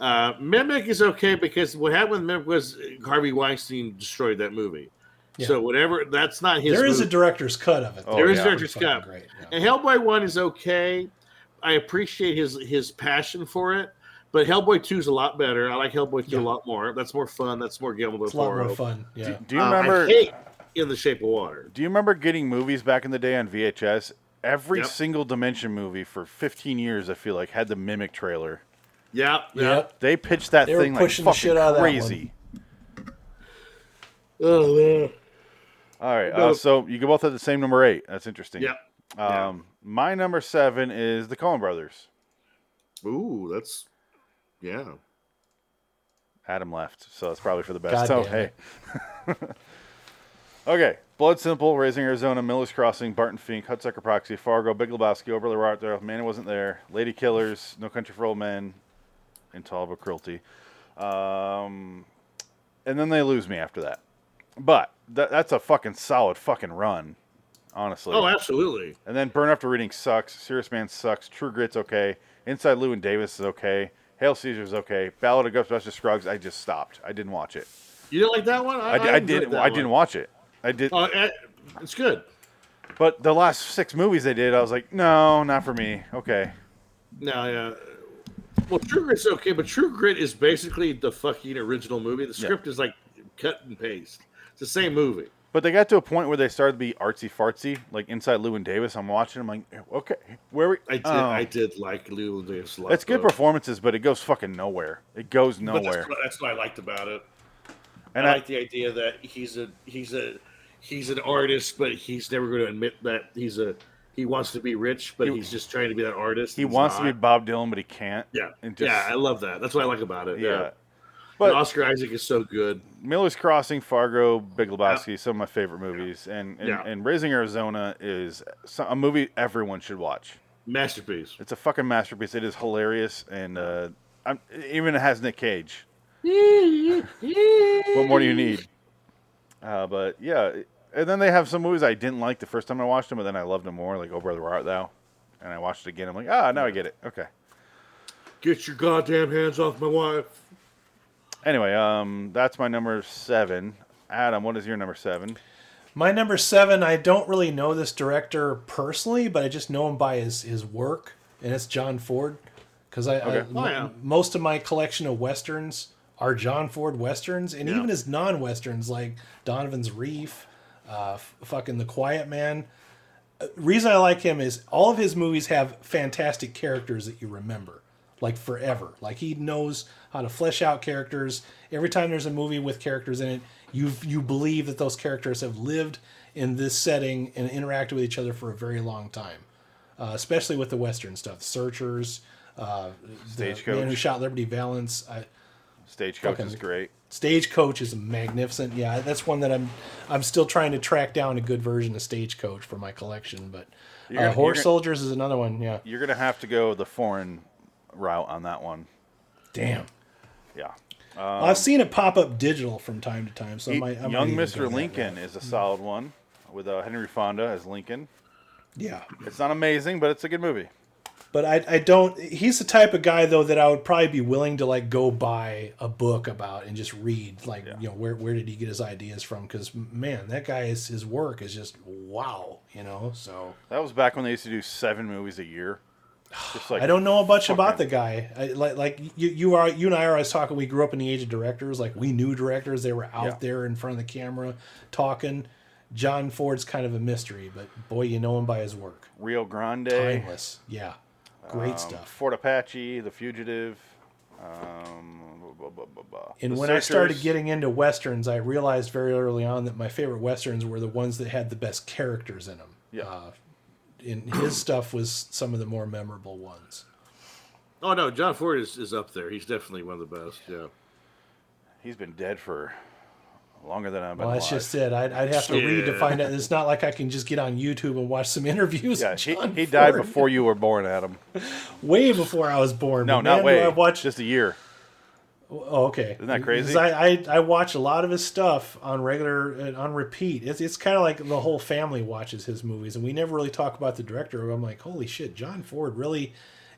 A: Uh, Mimic is okay because what happened with Mimic was Harvey Weinstein destroyed that movie.
B: Yeah.
A: So whatever, that's not his.
B: There is a
A: movie.
B: director's cut of it.
C: Oh,
B: though.
A: There
B: It's
A: is a
B: pretty
A: director's
B: fucking
A: cut.
B: Great. yeah.
A: And Hellboy one is okay. I appreciate his his passion for it, but Hellboy two is a lot better. I like Hellboy two
B: Yeah.
A: a lot more. That's more fun. That's more Guillermo del
B: It's a lot
A: Toro.
B: more fun. Yeah.
C: do you
A: Uh, I
C: remember?
A: hate in the Shape of Water?
C: Do you remember getting movies back in the day on VHS? Every
A: Yep.
C: single Dimension movie for 15 years, I feel like, had the Mimic trailer.
A: Yeah, yeah.
B: Yep.
C: They pitched that
B: They were
C: thing like
B: pushing the
C: fucking
B: shit out of that
C: crazy.
A: Oh man.
C: All right,
A: No.
C: uh, so you both have the same number eight. That's interesting.
A: Yep. yeah.
C: Um, My number seven is the Coen Brothers.
A: Ooh, that's yeah.
C: Adam left, so that's probably for the best.
B: God
C: so
B: damn
C: hey.
B: it.
C: okay. Blood Simple, Raising Arizona, Miller's Crossing, Barton Fink, Hudsucker Proxy, Fargo, Big Lebowski, Oberly Rock, There, Man Who Wasn't There, Lady Killers, No Country for Old Men, Intolerable Cruelty. Um, and then they lose me after that. But tha that's a fucking solid fucking run, honestly.
A: Oh, absolutely.
C: And then Burn After Reading sucks. Serious Man sucks. True Grit's okay. Inside Lewin Davis is okay. Hail Caesar's okay. Ballad of Ghostbusters Scruggs. I just stopped. I didn't watch it.
A: You didn't like that one?
C: I, di- I, didn't. I didn't watch it. I did.
A: Uh, eh, it's good.
C: but the last six movies they did, I was like, no, not for me. Okay.
A: No, yeah. uh, Well, True Grit's okay, but True Grit is basically the fucking original movie. The script is like cut and paste. It's the same movie.
C: But they got to a point where they started to be artsy fartsy, like Inside Lewin Davis. I'm watching. I'm like, okay, where we?
A: I did.
C: oh.
A: I did like Lou and Davis a lot.
C: It's good
A: though.
C: performances, but it goes fucking nowhere. It goes
A: But
C: nowhere.
A: that's, what- that's what I liked about it.
C: and
A: I,
C: I,
A: like the idea that he's a he's a he's an artist, but he's never going to admit that he's a he wants to be rich, but
C: He-
A: he's just trying to be that artist.
C: he
A: and he's
C: wants to
A: not.
C: be Bob Dylan, but he can't.
A: Yeah,
C: And just-
A: yeah, I love that. That's what I like about it. Yeah,
C: yeah.
A: but
C: But
A: Oscar Isaac is so good.
C: Miller's Crossing, Fargo, Big Lebowski, some of my favorite movies, and and,
A: Yeah.
C: and Raising Arizona is so- a movie everyone should watch.
A: Masterpiece.
C: It's a fucking masterpiece. It is hilarious, and uh, I'm, even it has Nick Cage. what more do you need? Uh, but yeah, and then they have some movies I didn't like the first time I watched them, but then I loved them more, like Oh Brother Where Art Thou, and I watched it again. I'm like, ah, now I get it. Okay.
A: Get your goddamn hands off my wife.
C: Anyway, um, that's my number seven. Adam, what is your number seven?
B: My number seven, I don't really know this director personally, but I just know him by his, his work, and it's John Ford. Because I, I-
A: Oh, yeah.
B: m- most of my collection of westerns are John Ford westerns, and even his non westerns like Donovan's Reef, uh, f- fucking The Quiet Man. Uh, Reason I like him is all of his movies have fantastic characters that you remember, like forever. Like he knows how to flesh out characters. Every time there's a movie with characters in it, you you believe that those characters have lived in this setting and interacted with each other for a very long time uh, especially with the Western stuff. Searchers, uh, the
C: Stagecoach.
B: man who shot Liberty Valance. I,
C: Stagecoach
B: Okay.
C: is great.
B: Stagecoach is magnificent. Yeah, that's one that I'm I'm still trying to track down a good version of Stagecoach for my collection. But
C: You're gonna-
B: uh, Horse
C: you're gonna-
B: Soldiers is another one. Yeah,
C: You're gonna have to go the foreign route on that one.
B: damn.
C: Yeah.
B: Well, I've seen it pop up digital from time to time. So I might, I might
C: Um, Young
B: even go
C: Mr.
B: that
C: Lincoln
B: route.
C: is a solid one with uh, Henry Fonda as Lincoln.
B: Yeah,
C: It's not amazing, but it's a good movie.
B: but I I don't. He's the type of guy though that I would probably be willing to like go buy a book about and just read. Like you know where where did he get his ideas from? Because man, that guy is his work is just wow. You know so.
C: That was back when they used to do seven movies a year. Just like
B: I don't know much about the
C: fucking-
B: guy. I, like like you, you are you and I are always talking. We grew up in the age of directors. Like we knew directors. They were out
C: Yeah.
B: there in front of the camera talking. John Ford's kind of a mystery, but boy, you know him by his work.
C: Rio Grande, um,
B: Timeless, yeah, great stuff.
C: Fort Apache, The Fugitive. Um, blah, blah, blah, blah.
B: And
C: The
B: when I started
C: Searchers.
B: getting into westerns, I realized very early on that my favorite westerns were the ones that had the best characters in them.
C: Yeah.
B: Uh, and his stuff was some of the more memorable ones.
A: Oh no, John Ford is, is up there. He's definitely one of the best. Yeah.
C: he's been dead for longer than I've been
B: Well,
C: alive.
B: that's just it. I'd, I'd have to read to
A: Yeah.
B: find out. It's not like I can just get on YouTube and watch some interviews.
C: yeah,
B: of
C: he,
B: John
C: he died
B: Ford.
C: before you were born, Adam.
B: way before I was born.
C: No,
B: but
C: not
B: man,
C: way.
B: do I watch,
C: Just a year.
B: oh, okay. Isn't
C: that crazy?
B: I, I I watch a lot of his stuff on regular and on repeat. It's it's kind of like the whole family watches his movies, and we never really talk about the director. I'm like, holy shit, John Ford really.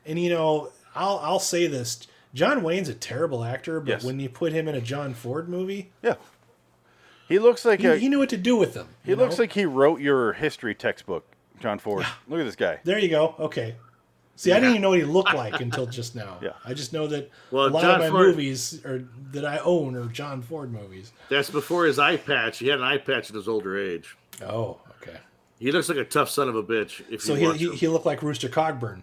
B: And you know, I'll I'll say this: John Wayne's a terrible actor, but
C: Yes.
B: when you put him in a John Ford movie,
C: Yeah. He looks like
B: he,
C: a,
B: he
C: he,
B: knew what to do with them. you
C: looks
B: know?
C: like he wrote your history textbook, John Ford. Look at this guy.
B: There you go. Okay. See, I didn't even know what he looked like until just now.
C: Yeah.
B: I just know that
A: Well,
B: a lot
A: John
B: of my
A: Ford-
B: movies are that I own are John Ford movies.
A: That's before his eye patch. He had an eye patch at his older age.
B: Oh, okay.
A: He looks like a tough son of a bitch. If
B: So
A: you
B: he
A: watch
B: he,
A: him.
B: he looked like Rooster Cogburn.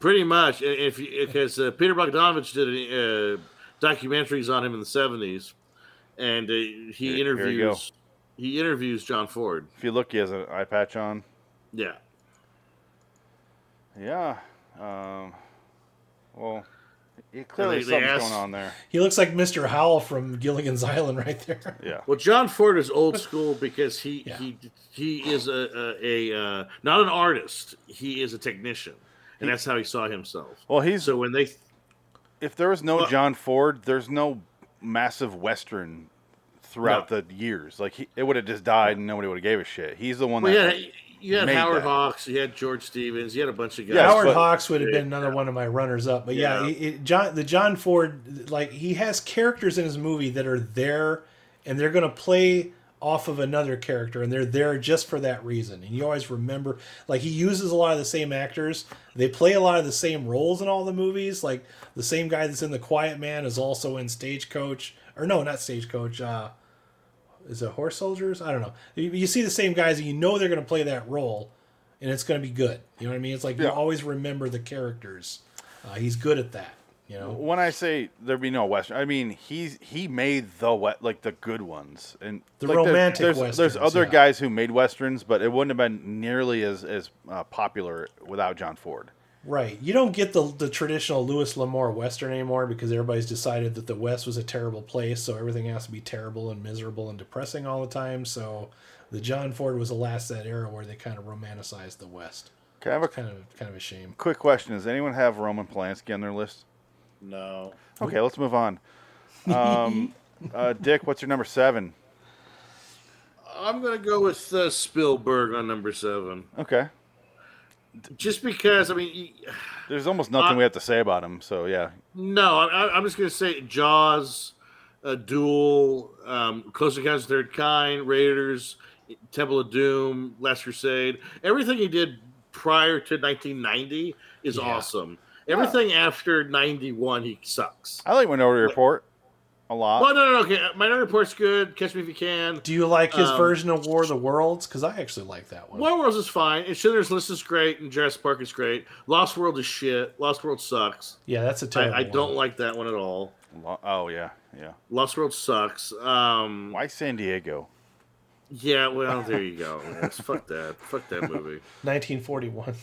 A: pretty much, and if because uh, Peter Bogdanovich did a, uh, documentaries on him in the seventies, and uh, he
C: here you go.
A: interviews he interviews John Ford.
C: If you look, he has an eye patch on.
A: Yeah,
C: Yeah. Um, well, he clearly
A: they- they
C: something's
A: asked-
C: going on there.
B: He looks like Mr. Howell from Gilligan's Island right there.
C: Yeah.
A: Well, John Ford is old school because he
B: Yeah.
A: he he is a a, a uh, not an artist. He is a technician, and that's how he saw himself.
C: Well, he's
A: So when they
C: if there was no
A: Well-
C: John Ford, there's no massive Western throughout
A: No.
C: the years. Like he, it would have just died and nobody would have gave a shit. He's the one
A: well,
C: that.
A: yeah, you had
C: Made
A: Howard
C: that.
A: Hawks, you had George Stevens, you had a bunch of guys.
C: Yeah,
B: Howard
C: but-
B: Hawks would have been another one of my runners up, but yeah,
A: Yeah.
B: it, it- John the John Ford like he has characters in his movie that are there, and they're gonna play off of another character, and they're there just for that reason. And you always remember like he uses a lot of the same actors. They play a lot of the same roles in all the movies. Like the same guy that's in The Quiet Man is also in Stagecoach, or no, not Stagecoach. Uh, is it Horse Soldiers? I don't know. You, you see the same guys, and you know they're gonna play that role and it's going to be good. You know what I mean? It's like you
C: Yeah.
B: always remember the characters. Uh, he's good at that. You know,
C: When I say there'd be no Western, I mean he's he made the wet like the good ones and
B: The
C: like, there-
B: romantic
C: there's, There's
B: Westerns,
C: other
B: yeah.
C: guys who made westerns, but it wouldn't have been nearly as as uh, popular without John Ford.
B: right? You don't get the the traditional Louis L'Amour western anymore because everybody's decided that the West was a terrible place, so everything has to be terrible and miserable and depressing all the time. So the John Ford was the last of that era where they kind of romanticized the West.
C: Can I have a
B: Kind of kind of a shame.
C: quick question? Does anyone have Roman Polanski on their list?
A: no,
C: Okay, let's move on. Um, uh, Dick, what's your number seven?
A: I'm gonna go with uh, Spielberg on number seven,
C: Okay.
A: just because I mean. he-
C: There's almost nothing
A: Uh,
C: we have to say about him, so yeah.
A: No, I- I, I'm just going to say Jaws, uh, Duel, um, Close Encounters of the Third Kind, Raiders, Temple of Doom, Last Crusade. Everything he did prior to 1990 is
B: Yeah.
A: awesome. Everything after 91, he sucks.
C: I like Minority Report a lot.
A: Well, no, no, no. Okay. uh, Minority Report's good. Catch Me If You Can.
B: Do you like his
A: Um,
B: version of War of the Worlds? Because I actually like that one.
A: War Worlds is fine. And Schindler's List is great. And Jurassic Park is great. Lost World is shit. Lost World sucks.
B: Oh, Yeah, that's a terrible.
A: I, I don't
B: one.
A: like that one at all.
C: Lo- Oh yeah, yeah.
A: Lost World sucks. Um,
C: Why San Diego?
A: Yeah, well, there you go. Yes, fuck that. Fuck that movie.
B: 1941.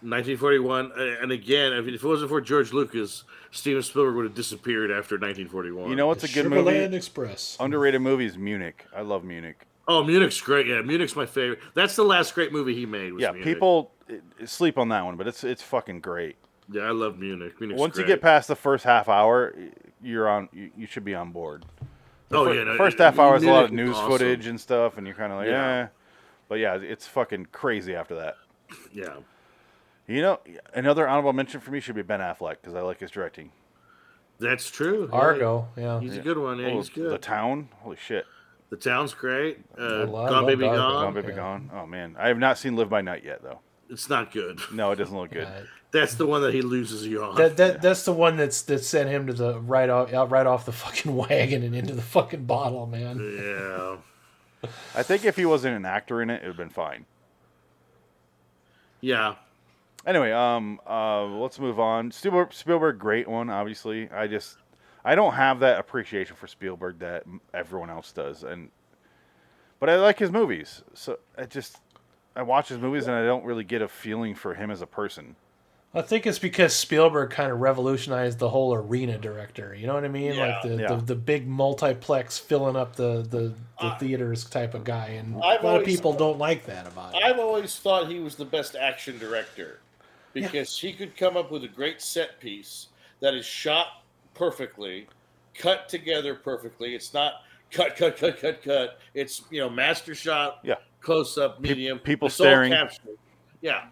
A: 1941, uh, and again, I mean, if it wasn't for George Lucas, Steven Spielberg would have disappeared after 1941.
C: You know what's a good
B: Sugarland
C: movie?
B: Express.
C: Underrated movie is Munich. I love Munich.
A: Oh, Munich's great. Yeah, Munich's my favorite. That's the last great movie he made. was
C: Yeah,
A: Munich.
C: people uh, sleep on that one, but it's it's fucking great.
A: Yeah, I love Munich. Munich's
C: Once you
A: great.
C: get past the first half hour, you're on. You, you should be on board.
A: oh
C: Fir-
A: yeah, no,
C: first half hour is a lot of
A: Munich
C: news
A: was awesome.
C: footage and stuff, and you're kind of like,
A: Yeah.
C: yeah. But yeah, it's fucking crazy after that.
A: Yeah,
C: You know, another honorable mention for me should be Ben Affleck because I like his directing.
A: that's true.
B: Argo, yeah.
A: He's a good one. Yeah,
C: Oh,
A: he's good.
C: The town, holy shit,
A: The town's great. Uh,
B: love-
A: Gone
B: I
A: Baby
B: love
A: Gone.
C: Gone Baby
B: yeah.
C: Gone. Oh man, I have not seen Live by Night yet though.
A: It's not good.
C: No, it doesn't look good.
B: Uh,
A: That's the one that he loses you on.
B: that that that's the one that's that sent him to the right off out right off the fucking wagon and into the fucking bottle, man.
A: yeah.
C: I think if he wasn't an actor in it, it would have been fine.
A: Yeah.
C: Anyway, um, uh, let's move on. Spielberg, Spielberg, great one, obviously. I just, I don't have that appreciation for Spielberg that m- everyone else does, and but I like his movies. So I just, I watch his movies and I don't really get a feeling for him as a person.
B: I think it's because Spielberg kind of revolutionized the whole arena director. You know what I mean? like the,
C: yeah.
B: the the big multiplex filling up the the, the theaters type of guy, and
A: I've
B: a lot of
A: always-
B: people don't like that about it.
A: I've always thought he was the best action director because he could come up with a great set piece that is shot perfectly, cut together perfectly. It's not cut, cut, cut, cut, cut. It's you know master shot,
C: Yeah.
A: close up, medium,
C: people
A: It's all
C: staring.
A: captured. yeah.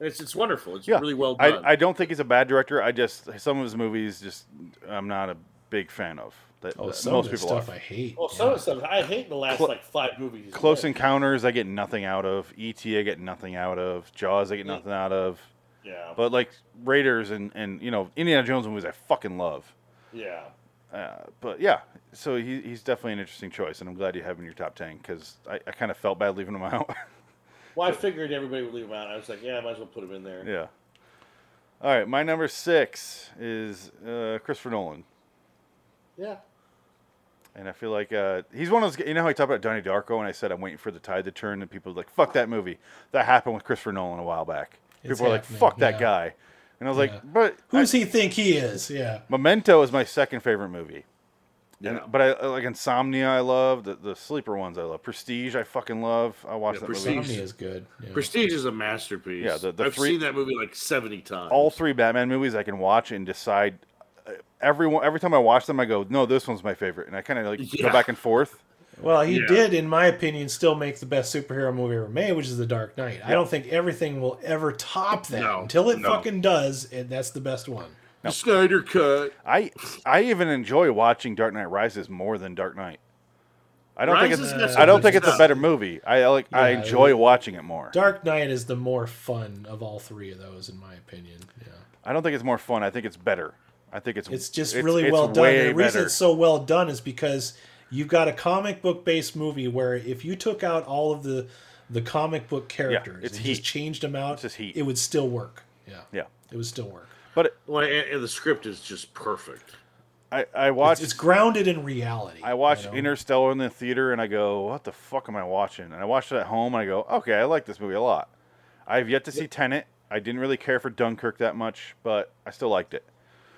A: And it's it's wonderful. It's
C: Yeah,
A: really well done.
C: I, I don't think he's a bad director. I just some of his movies, just I'm not a big fan of. That,
B: oh,
C: that
B: some
C: most
B: of the
C: people
B: stuff
C: are.
B: I hate.
D: Well, some of the stuff I hate in the last like five movies. is
C: Close
D: that.
C: Encounters, I get nothing out of. E.T., I get nothing out of. Jaws, I get nothing out of.
D: Yeah,
C: But like Raiders and and you know Indiana Jones movies, I fucking love.
D: yeah.
C: Uh, but yeah, so he, he's definitely an interesting choice, and I'm glad you have him in your top ten because I, I kind of felt bad leaving him out.
D: Well, I figured everybody would leave him out. I was like, yeah, I might as well put him in there.
C: yeah. All right, my number six is uh, Christopher Nolan,
D: Yeah.
C: and I feel like uh, he's one of those. You know how I talked about Donnie Darko, and I said I'm waiting for the tide to turn, and people were like, "Fuck that movie." That happened with Christopher Nolan a while back.
B: It's
C: people were like,
B: happening,
C: "Fuck that
B: yeah.
C: guy," and I was
B: Yeah.
C: like, "But
B: Who's he think he is? Yeah.
C: Memento is my second favorite movie.
A: Yeah.
C: And- but I I like Insomnia. I love the, the sleeper ones. I love Prestige. I fucking love. I watched
A: Yeah,
C: that
A: Prestige.
C: movie.
B: Omni is good. Yeah.
A: Prestige is a masterpiece.
C: Yeah, the- the
A: I've
C: three-
A: seen that movie like seventy times.
C: All three Batman movies I can watch and decide. uh, Every one- every time I watch them, I go, no, this one's my favorite, and I kind of like
A: Yeah.
C: go back and forth.
B: Well, he
A: Yeah.
B: did, in my opinion, still make the best superhero movie ever made, which is The Dark Knight. I don't think everything will ever top that.
A: No,
B: Until it
A: no.
B: fucking does, it, that's the best one.
A: the Snyder cut.
C: I I even enjoy watching Dark Knight Rises more than Dark Knight. I don't
A: Rises
C: think
A: has
C: it's
A: some
C: I don't
A: good
C: think it's a
A: stuff.
C: better movie. I like I
B: Yeah,
C: enjoy
B: it-
C: watching it more.
B: Dark Knight is the more fun of all three of those, in my opinion. Yeah.
C: I don't think it's more fun. I think it's better. I think it's
B: It's just really well
C: it's
B: done. And
C: way
B: the reason
C: better.
B: it's so well done is because you've got a comic book based movie where if you took out all of the the comic book characters
C: it's
B: and
C: heat.
B: just changed them out,
C: just heat.
B: it would still work. Yeah.
C: yeah,
B: It would still work.
C: but it,
A: Well, and, and the script is just perfect.
C: I, I watched
B: It's grounded in reality.
C: I watched
B: you know?
C: Interstellar in the theater and I go, what the fuck am I watching? And I watched it at home and I go, okay, I like this movie a lot. I have yet to see Tenet. I didn't really care for Dunkirk that much, but I still liked it.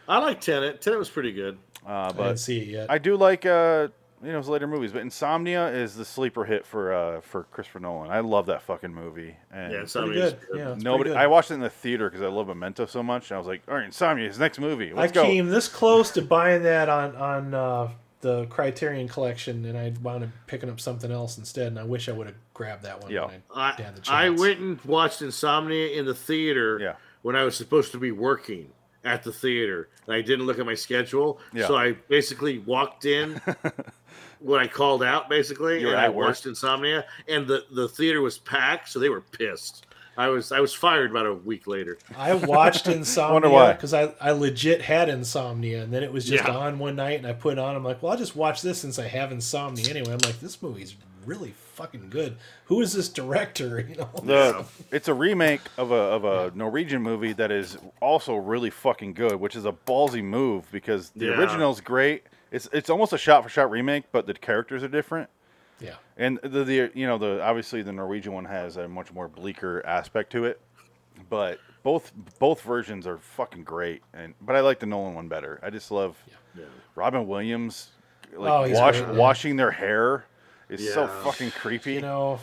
A: I like Tenet. Tenet was pretty good.
C: Uh,
B: I didn't
C: but
B: see it yet.
C: I do like uh, you know his later movies, but Insomnia is the sleeper hit for uh, for Christopher Nolan. I love that fucking movie. And
A: Yeah,
B: pretty
A: Insomnia's
B: good.
A: good.
B: Yeah, it's pretty
C: nobody.
B: good.
C: I watched it in the theater because I love Memento so much. And I was like, all right, Insomnia, his next movie.
B: I
C: Let's go.
B: came this close to buying that on on uh, the Criterion Collection, and I wound up picking up something else instead. And I wish I would have grabbed that one.
C: Yeah.
B: when I,
A: I,
B: had the
A: I
B: chance.
A: went and watched Insomnia in the theater
C: Yeah.
A: when I was supposed to be working at the theater, and I didn't look at my schedule.
C: Yeah.
A: So I basically walked in when I called out, basically,
C: You were
A: and
C: at
A: I
C: work?
A: watched Insomnia, and the the theater was packed, so they were pissed. I was I was fired about a week later.
B: I watched Insomnia
C: why.
B: because I, I legit had insomnia, and then it was just
A: Yeah.
B: on one night, and I put it on. I'm like, well, I'll just watch this since I have insomnia anyway. I'm like, this movie's really fucking good. Who is this director? You know,
C: The, it's a remake of a, of a Norwegian movie that is also really fucking good, which is a ballsy move because the
A: Yeah.
C: original's great. It's it's almost a shot for shot remake, but the characters are different.
B: yeah.
C: And the, the you know the obviously the Norwegian one has a much more bleaker aspect to it. But both both versions are fucking great, and but I like the Nolan one better. I just love
A: Yeah.
C: Robin Williams, like
B: Oh, he's
C: wash,
B: great, yeah.
C: washing their hair is so
A: Yeah.
C: fucking creepy.
B: You know,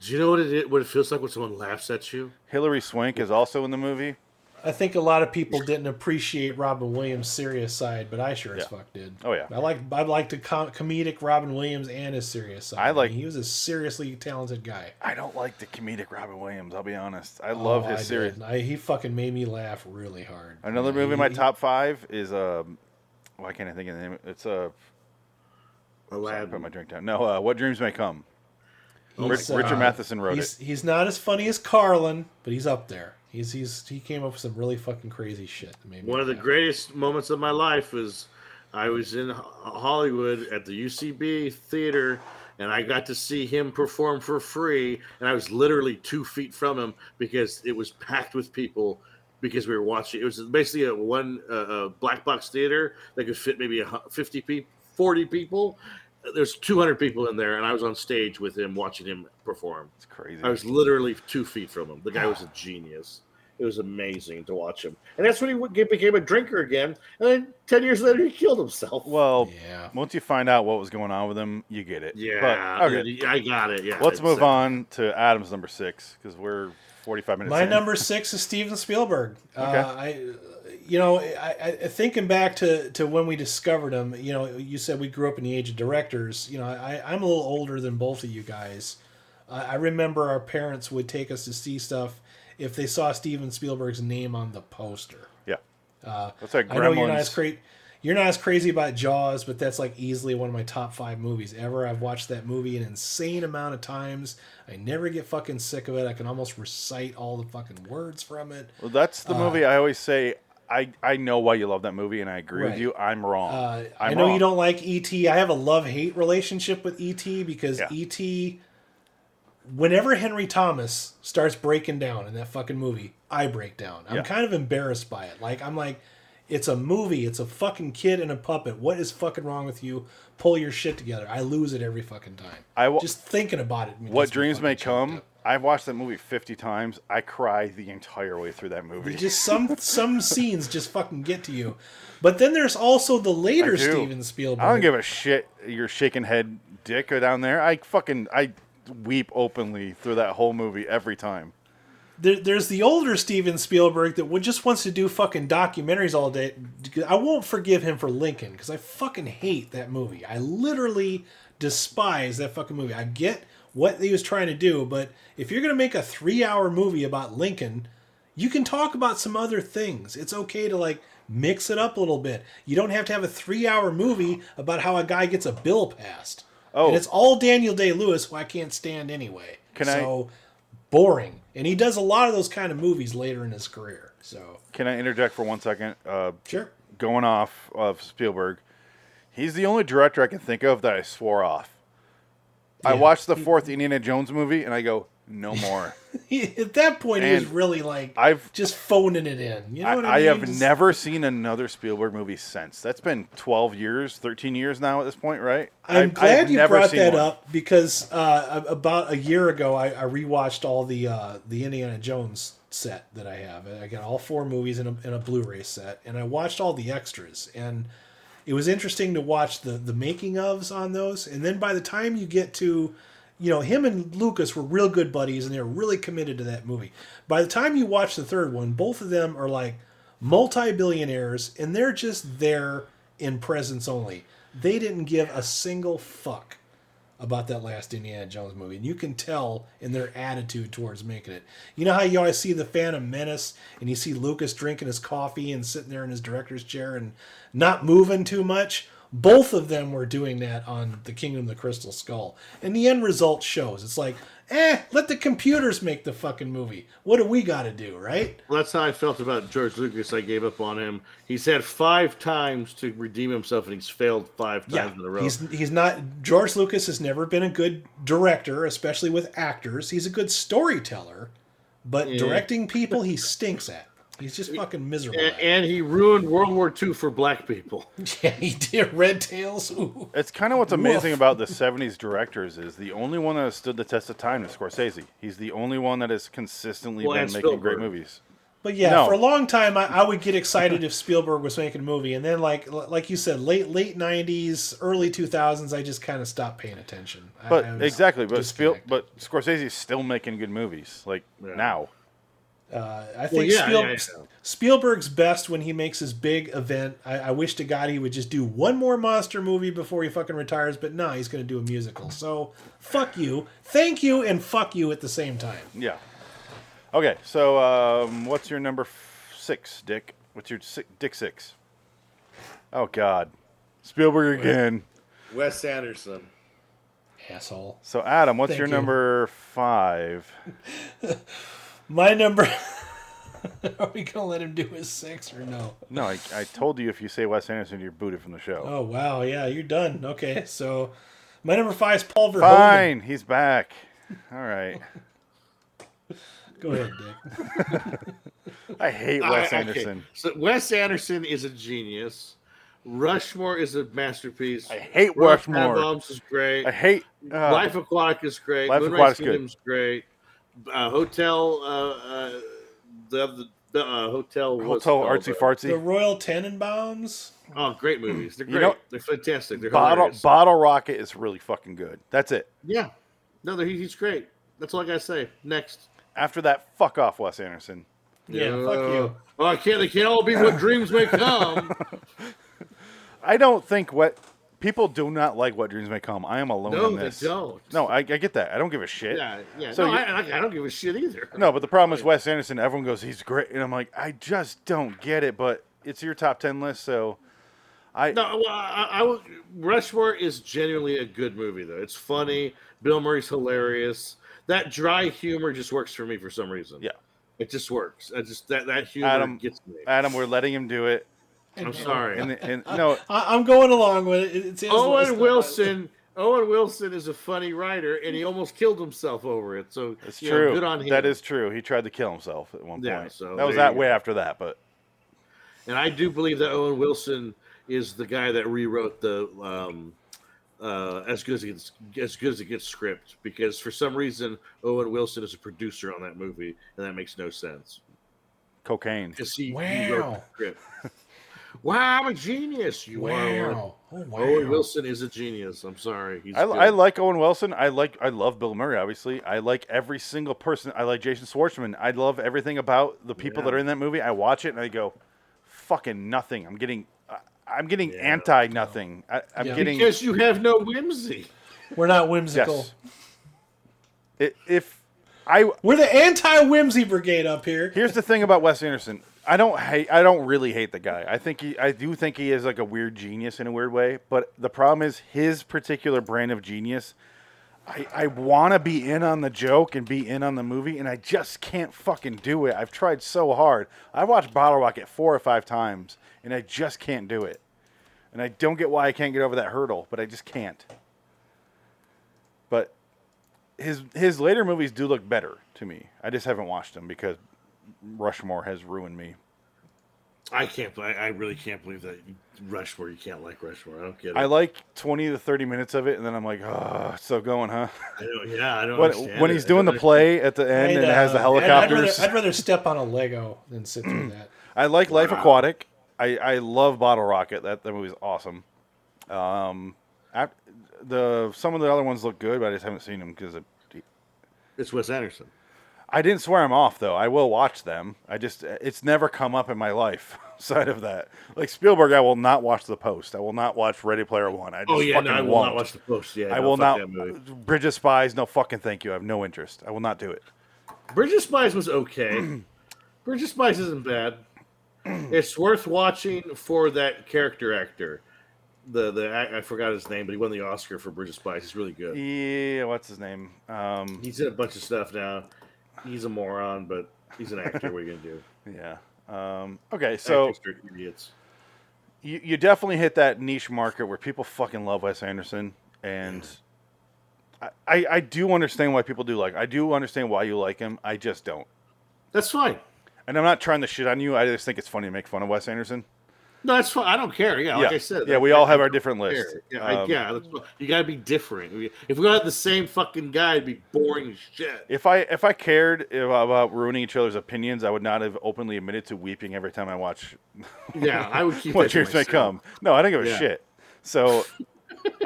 A: Do you know what it is, what it feels like when someone laughs at you?
C: Hillary Swank is also in the movie.
B: I think a lot of people didn't appreciate Robin Williams' serious side, but I sure as
C: Yeah.
B: fuck did.
C: Oh, yeah.
B: I like I liked the com- comedic Robin Williams and his serious side.
C: I like-
B: mean, he was a seriously talented guy.
C: I don't like the comedic Robin Williams. I'll be honest. I love
B: Oh,
C: his
B: I
C: series.
B: did. I, he fucking made me laugh really hard.
C: Another
B: Yeah,
C: movie in
B: he-
C: my top five is um, why can't I think of the name? It's uh, sorry, I put my
A: Aladdin.
C: drink down. No, uh, What Dreams May Come.
B: he's, uh,
C: Rich- Richard Matheson wrote
B: he's, He's not as funny as Carlin, but he's up there. He's he's he came up with some really fucking crazy shit. That made me
A: One of the
B: laugh.
A: greatest moments of my life is I was in Ho- Hollywood at the UCB theater and I got to see him perform for free. And I was literally two feet from him because it was packed with people because we were watching. It was basically a one uh, a black box theater that could fit maybe a hu- 50 people, 40 people. There's 200 people in there, and I was on stage with him watching him perform.
C: It's crazy.
A: I
B: Oh,
A: was literally two feet from him. The guy
C: Ah.
A: was a genius. It was amazing to watch him, and that's when he w- became a drinker again. And then ten years later, he killed himself.
C: well,
B: Yeah.
C: once you find out what was going on with him, you get it.
A: yeah,
C: But, okay.
A: I got it. Yeah,
C: Let's
A: it's,
C: move
A: uh,
C: on to Adam's number six because we're 45 minutes.
B: My
C: in.
B: number six is Steven Spielberg. Uh, I, you know, I, I I- thinking back to, to when we discovered him. You know, you said we grew up in the age of directors. You know, I, I'm a little older than both of you guys. I I remember our parents would take us to see stuff if they saw Steven Spielberg's name on the poster.
C: Yeah. That's like
B: Uh, I know you're not as
C: Gremlins.
B: crazy. You're not as crazy about Jaws, but that's like easily one of my top five movies ever. I've watched that movie an insane amount of times. I never get fucking sick of it. I can almost recite all the fucking words from it.
C: Well, that's
B: uh,
C: the movie I always say. I, I know why you love that movie, and I agree with
B: Right.
C: you. I'm wrong.
B: Uh,
C: I'm
B: I know
C: wrong.
B: you don't like ET. I have a love hate relationship with ET because
C: Yeah.
B: ET, whenever Henry Thomas starts breaking down in that fucking movie, I break down. I'm
C: Yeah.
B: kind of embarrassed by it. Like, I'm like, it's a movie. It's a fucking kid and a puppet. What is fucking wrong with you? Pull your shit together. I lose it every fucking time.
C: I wa-
B: Just thinking about it. makes
C: What
B: me
C: Dreams
B: fucking
C: May
B: choked
C: Come.
B: up.
C: I've watched that movie 50 times. I cry the entire way through that movie.
B: just some some scenes just fucking get to you. But then there's also the later
C: I do.
B: Steven Spielberg.
C: I don't give a shit. Your shaking head dick down there. I fucking I weep openly through that whole movie every time.
B: there, there's the older Steven Spielberg that would just wants to do fucking documentaries all day. I won't forgive him for Lincoln because I fucking hate that movie. I literally despise that fucking movie. I get what he was trying to do, but if you're gonna make a three-hour movie about Lincoln, you can talk about some other things. It's okay to like mix it up a little bit. You don't have to have a three-hour movie about how a guy gets a bill passed.
C: Oh.
B: and it's all Daniel Day Lewis, who I can't stand anyway.
C: Can I-
B: so, boring. And he does a lot of those kind of movies later in his career. So
C: Can I interject for one second? Uh,
B: sure,
C: going off of Spielberg, he's the only director I can think of that I swore off. I
B: Yeah.
C: watched the fourth Indiana Jones movie and I go, no more.
B: he, at that point he was
C: And
B: really like
C: I've-
B: just phoning it in. You know
C: I,
B: what I,
C: I
B: mean?
C: have
B: Just-
C: never seen another Spielberg movie since. That's been 12 years, 13 years now at this point, right?
B: I'm
C: I've-
B: glad
C: I've
B: you
C: never
B: brought
C: seen
B: that
C: one.
B: up because uh, a- about a year ago I, I rewatched all the uh, the Indiana Jones set that I have. I got all four movies in a, in a Blu-ray set, and I watched all the extras, and it was interesting to watch the the making ofs on those. And then by the time you get to you know, him and Lucas were real good buddies and they were really committed to that movie. By the time you watch the third one, both of them are like multi billionaires and they're just there in presence only. They didn't give a single fuck about that last Indiana Jones movie. And you can tell in their attitude towards making it. You know how you always see the Phantom Menace and you see Lucas drinking his coffee and sitting there in his director's chair and not moving too much? Both of them were doing that on The Kingdom of the Crystal Skull. And the end result shows. It's like, eh, let the computers make the fucking movie. What do we got to do, right?
A: Well, that's how I felt about George Lucas. I gave up on him. He's had five times to redeem himself, and he's failed five times in a row.
B: He's he's not George Lucas has never been a good director, especially with actors. He's a good storyteller, but directing people he stinks at. He's just fucking miserable.
A: And, and he ruined World War II for black people.
B: yeah, he did red tails. Ooh.
C: It's kind of what's amazing
B: Woof.
C: about the '70s directors is the only one that has stood the test of time is Scorsese. He's the only one that has consistently
A: Well,
C: been
A: and
C: making great
A: Spielberg.
C: movies.
B: But yeah,
C: No.
B: for a long time, I, I would get excited if Spielberg was making a movie, and then like like you said, late late '90s, early 2000s, I just kind of stopped paying attention. I-
C: But
B: I was
C: exactly, but Spiel,
B: disconnected.
C: but Scorsese's still making good movies like
A: Yeah.
C: now.
B: Uh, I
A: Well,
B: think
A: yeah,
B: Spiel-
A: yeah, yeah.
B: Spielberg's best when he makes his big event. I, I wish to God he would just do one more monster movie before he fucking retires, but nah, he's going to do a musical. So fuck you, thank you, and fuck you at the same time.
C: Yeah. Okay, so um, what's your number f- six, Dick? What's your si- Dick six? Oh God, Spielberg again.
D: Wes Anderson.
B: Asshole.
C: So Adam, what's
B: Thank
C: your
B: you.
C: number five?
B: My number. Are we going to let him do his six or no?
C: No, I, I told you if you say Wes Anderson, you're booted from the show.
B: Oh wow, yeah, you're done. Okay, so my number five is Paul Verhoeven.
C: Fine, he's back. All right.
B: Go ahead, Dick.
C: I hate Wes
A: I- okay.
C: Anderson.
A: So Wes Anderson is a genius. Rushmore is a masterpiece.
C: I hate
A: Rock
C: Rushmore.
A: Bombs is great.
C: I hate. Uh,
A: Life Aquatic is great.
C: Life
A: Moonrise
C: Aquatic's good.
A: Kingdom's great. Uh, Hotel, uh, uh, the, the uh, hotel, was
C: Hotel
A: called,
C: artsy
A: uh,
B: The
C: fartsy.
B: Royal Tenenbaums.
A: Oh, great movies! They're
C: You
A: great.
C: know-
A: They're fantastic. They're
C: Bottle,
A: hilarious.
C: Bottle Rocket is really fucking good. That's it.
A: yeah, no, they're- he- he's great. That's all I gotta say. Next,
C: After that, fuck off, Wes Anderson.
B: Yeah,
A: Uh,
B: fuck you.
A: Oh, I can't. They can't all be what dreams may come.
C: I don't think what people do not like what dreams may come. I am alone
A: No,
C: in
A: they
C: this.
A: don't.
C: No, I, I get that. I don't give a shit.
A: yeah, yeah.
C: So
A: no,
C: you-
A: I, I, I don't give a shit either.
C: No, but the problem is Wes Anderson. Everyone goes, he's great, and I'm like, I just don't get it. But it's your top ten list, so I
A: No, well, I, I will. Rushmore is genuinely a good movie, though. It's funny. Bill Murray's hilarious. That dry humor just works for me for some reason.
C: Yeah.
A: it just works. I just that that humor
C: Adam-
A: gets me.
C: Adam, we're letting him do it.
A: I'm sorry.
C: And, and no,
B: I, I'm going along with it. It's his list.
A: Owen Wilson. Owen Wilson is a funny writer, and he almost killed himself over it. So
C: It's
A: you know,
C: true.
A: good on him.
C: That is true. He tried to kill himself at one
A: Yeah,
C: point.
A: so
C: that was
A: there
C: that
A: you
C: way after that, but
A: And I do believe that Owen Wilson is the guy that rewrote the um, uh, as good as it gets, as good as it gets script because for some reason Owen Wilson is a producer on that movie and that makes no sense
C: cocaine.
A: because he, he wrote
B: Wow.
A: the script. wow, I'm a genius. You are. Owen.
B: Wow. Oh, wow.
A: Owen Wilson is a genius. I'm sorry. He's
C: I,
A: good.
C: I like Owen Wilson. I like I love Bill Murray. Obviously, I like every single person. I like Jason Schwartzman. I love everything about the people
A: Yeah.
C: that are in that movie. I watch it and I go, fucking nothing. I'm getting, I- I'm getting
A: Yeah.
C: anti nothing. I I'm
B: Yeah.
C: getting
A: because you have no whimsy.
B: We're not whimsical.
C: yes. I- if I
B: We're the anti whimsy brigade up here.
C: Here's the thing about Wes Anderson. I don't hate. I don't really hate the guy. I think he. I do think he is like a weird genius in a weird way. But the problem is his particular brand of genius. I, I want to be in on the joke and be in on the movie, and I just can't fucking do it. I've tried so hard. I watched Bottle Rocket four or five times, and I just can't do it. And I don't get why I can't get over that hurdle, but I just can't. But his his later movies do look better to me. I just haven't watched them because Rushmore has ruined me.
A: I can't. I, I really can't believe that you- Rushmore. You can't like Rushmore. I don't get it.
C: I like 20 to 30 minutes of it, and then I'm like, oh, it's still going, huh?
A: I don't- yeah, I don't.
C: When,
A: understand
C: when
A: it.
C: he's
A: I
C: doing
A: don't
C: the play at the end
B: I'd,
C: and it has the
B: uh, I'd- I'd rather-
C: helicopters,
B: I'd, rather, step on a Lego than sit through that.
C: I like Life Aquatic. I, I love Bottle Rocket. That, that movie's awesome. Um, I, the some of the other ones look good, but I just haven't seen them because
A: It's Wes Anderson.
C: I didn't swear them off though. I will watch them. I just it's never come up in my life outside of that. Like Spielberg, I will not watch The Post. I will not watch Ready Player One. I just
A: Oh yeah,
C: fucking
A: no, I will
C: won't.
A: not watch the post. Yeah,
C: I
A: no,
C: will not.
A: fuck That movie.
C: Bridge of Spies, no fucking thank you. I have no interest. I will not do it.
A: Bridge of Spies was okay. Bridge of Spies isn't bad. it's worth watching for that character actor. The the I, I forgot his name, but he won the Oscar for Bridge of Spies. He's really good.
C: Yeah, what's his name? Um,
A: He's in a bunch of stuff now. He's a moron, but he's an actor. what are you gonna do?
C: yeah. Um, okay, so
A: Actors are idiots.
C: you, you definitely hit that niche market where people fucking love Wes Anderson, and I, I, I do understand why people do like. I do understand why you like him. I just don't.
A: That's fine.
C: And I'm not trying to shit on you. I just think it's funny to make fun of Wes Anderson.
A: No, that's fine. I don't care. Yeah, like I said.
C: yeah,
A: I
C: we
A: don't
C: all have our
A: care.
C: different lists.
A: Yeah, I,
C: Um,
A: yeah. That's, what- you gotta be different. We- If we all had the same fucking guy, it'd be boring as shit.
C: If I if I cared if- about ruining each other's opinions, I would not have openly admitted to weeping every time I watch
A: Yeah, I would keep. that
C: What
A: to
C: Dreams May
A: myself.
C: Come. No, I don't give a
A: Yeah.
C: shit. So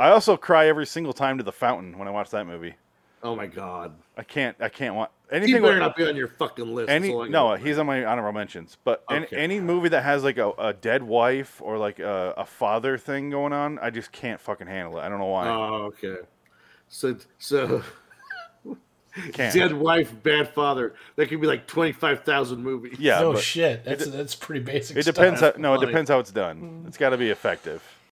C: I also cry every single time to The Fountain when I watch that movie.
A: Oh my god.
C: I can't. I can't want
A: He
C: anything.
A: better
C: with-
A: not be on your fucking list.
C: any
A: that's all I can-
C: no, he's on my honorable mentions. But any,
A: Okay.
C: any movie that has like a, a dead wife or like a, a father thing going on, I just can't fucking handle it. I don't know why.
A: Oh, okay. So, so
C: can't.
A: dead wife, bad father. That could be like twenty five thousand movies.
C: yeah,
B: no
C: but
B: shit. That's that's pretty basic.
C: it depends.
B: Stuff.
C: How, no, it
A: funny.
C: depends how it's done. It's got to be effective.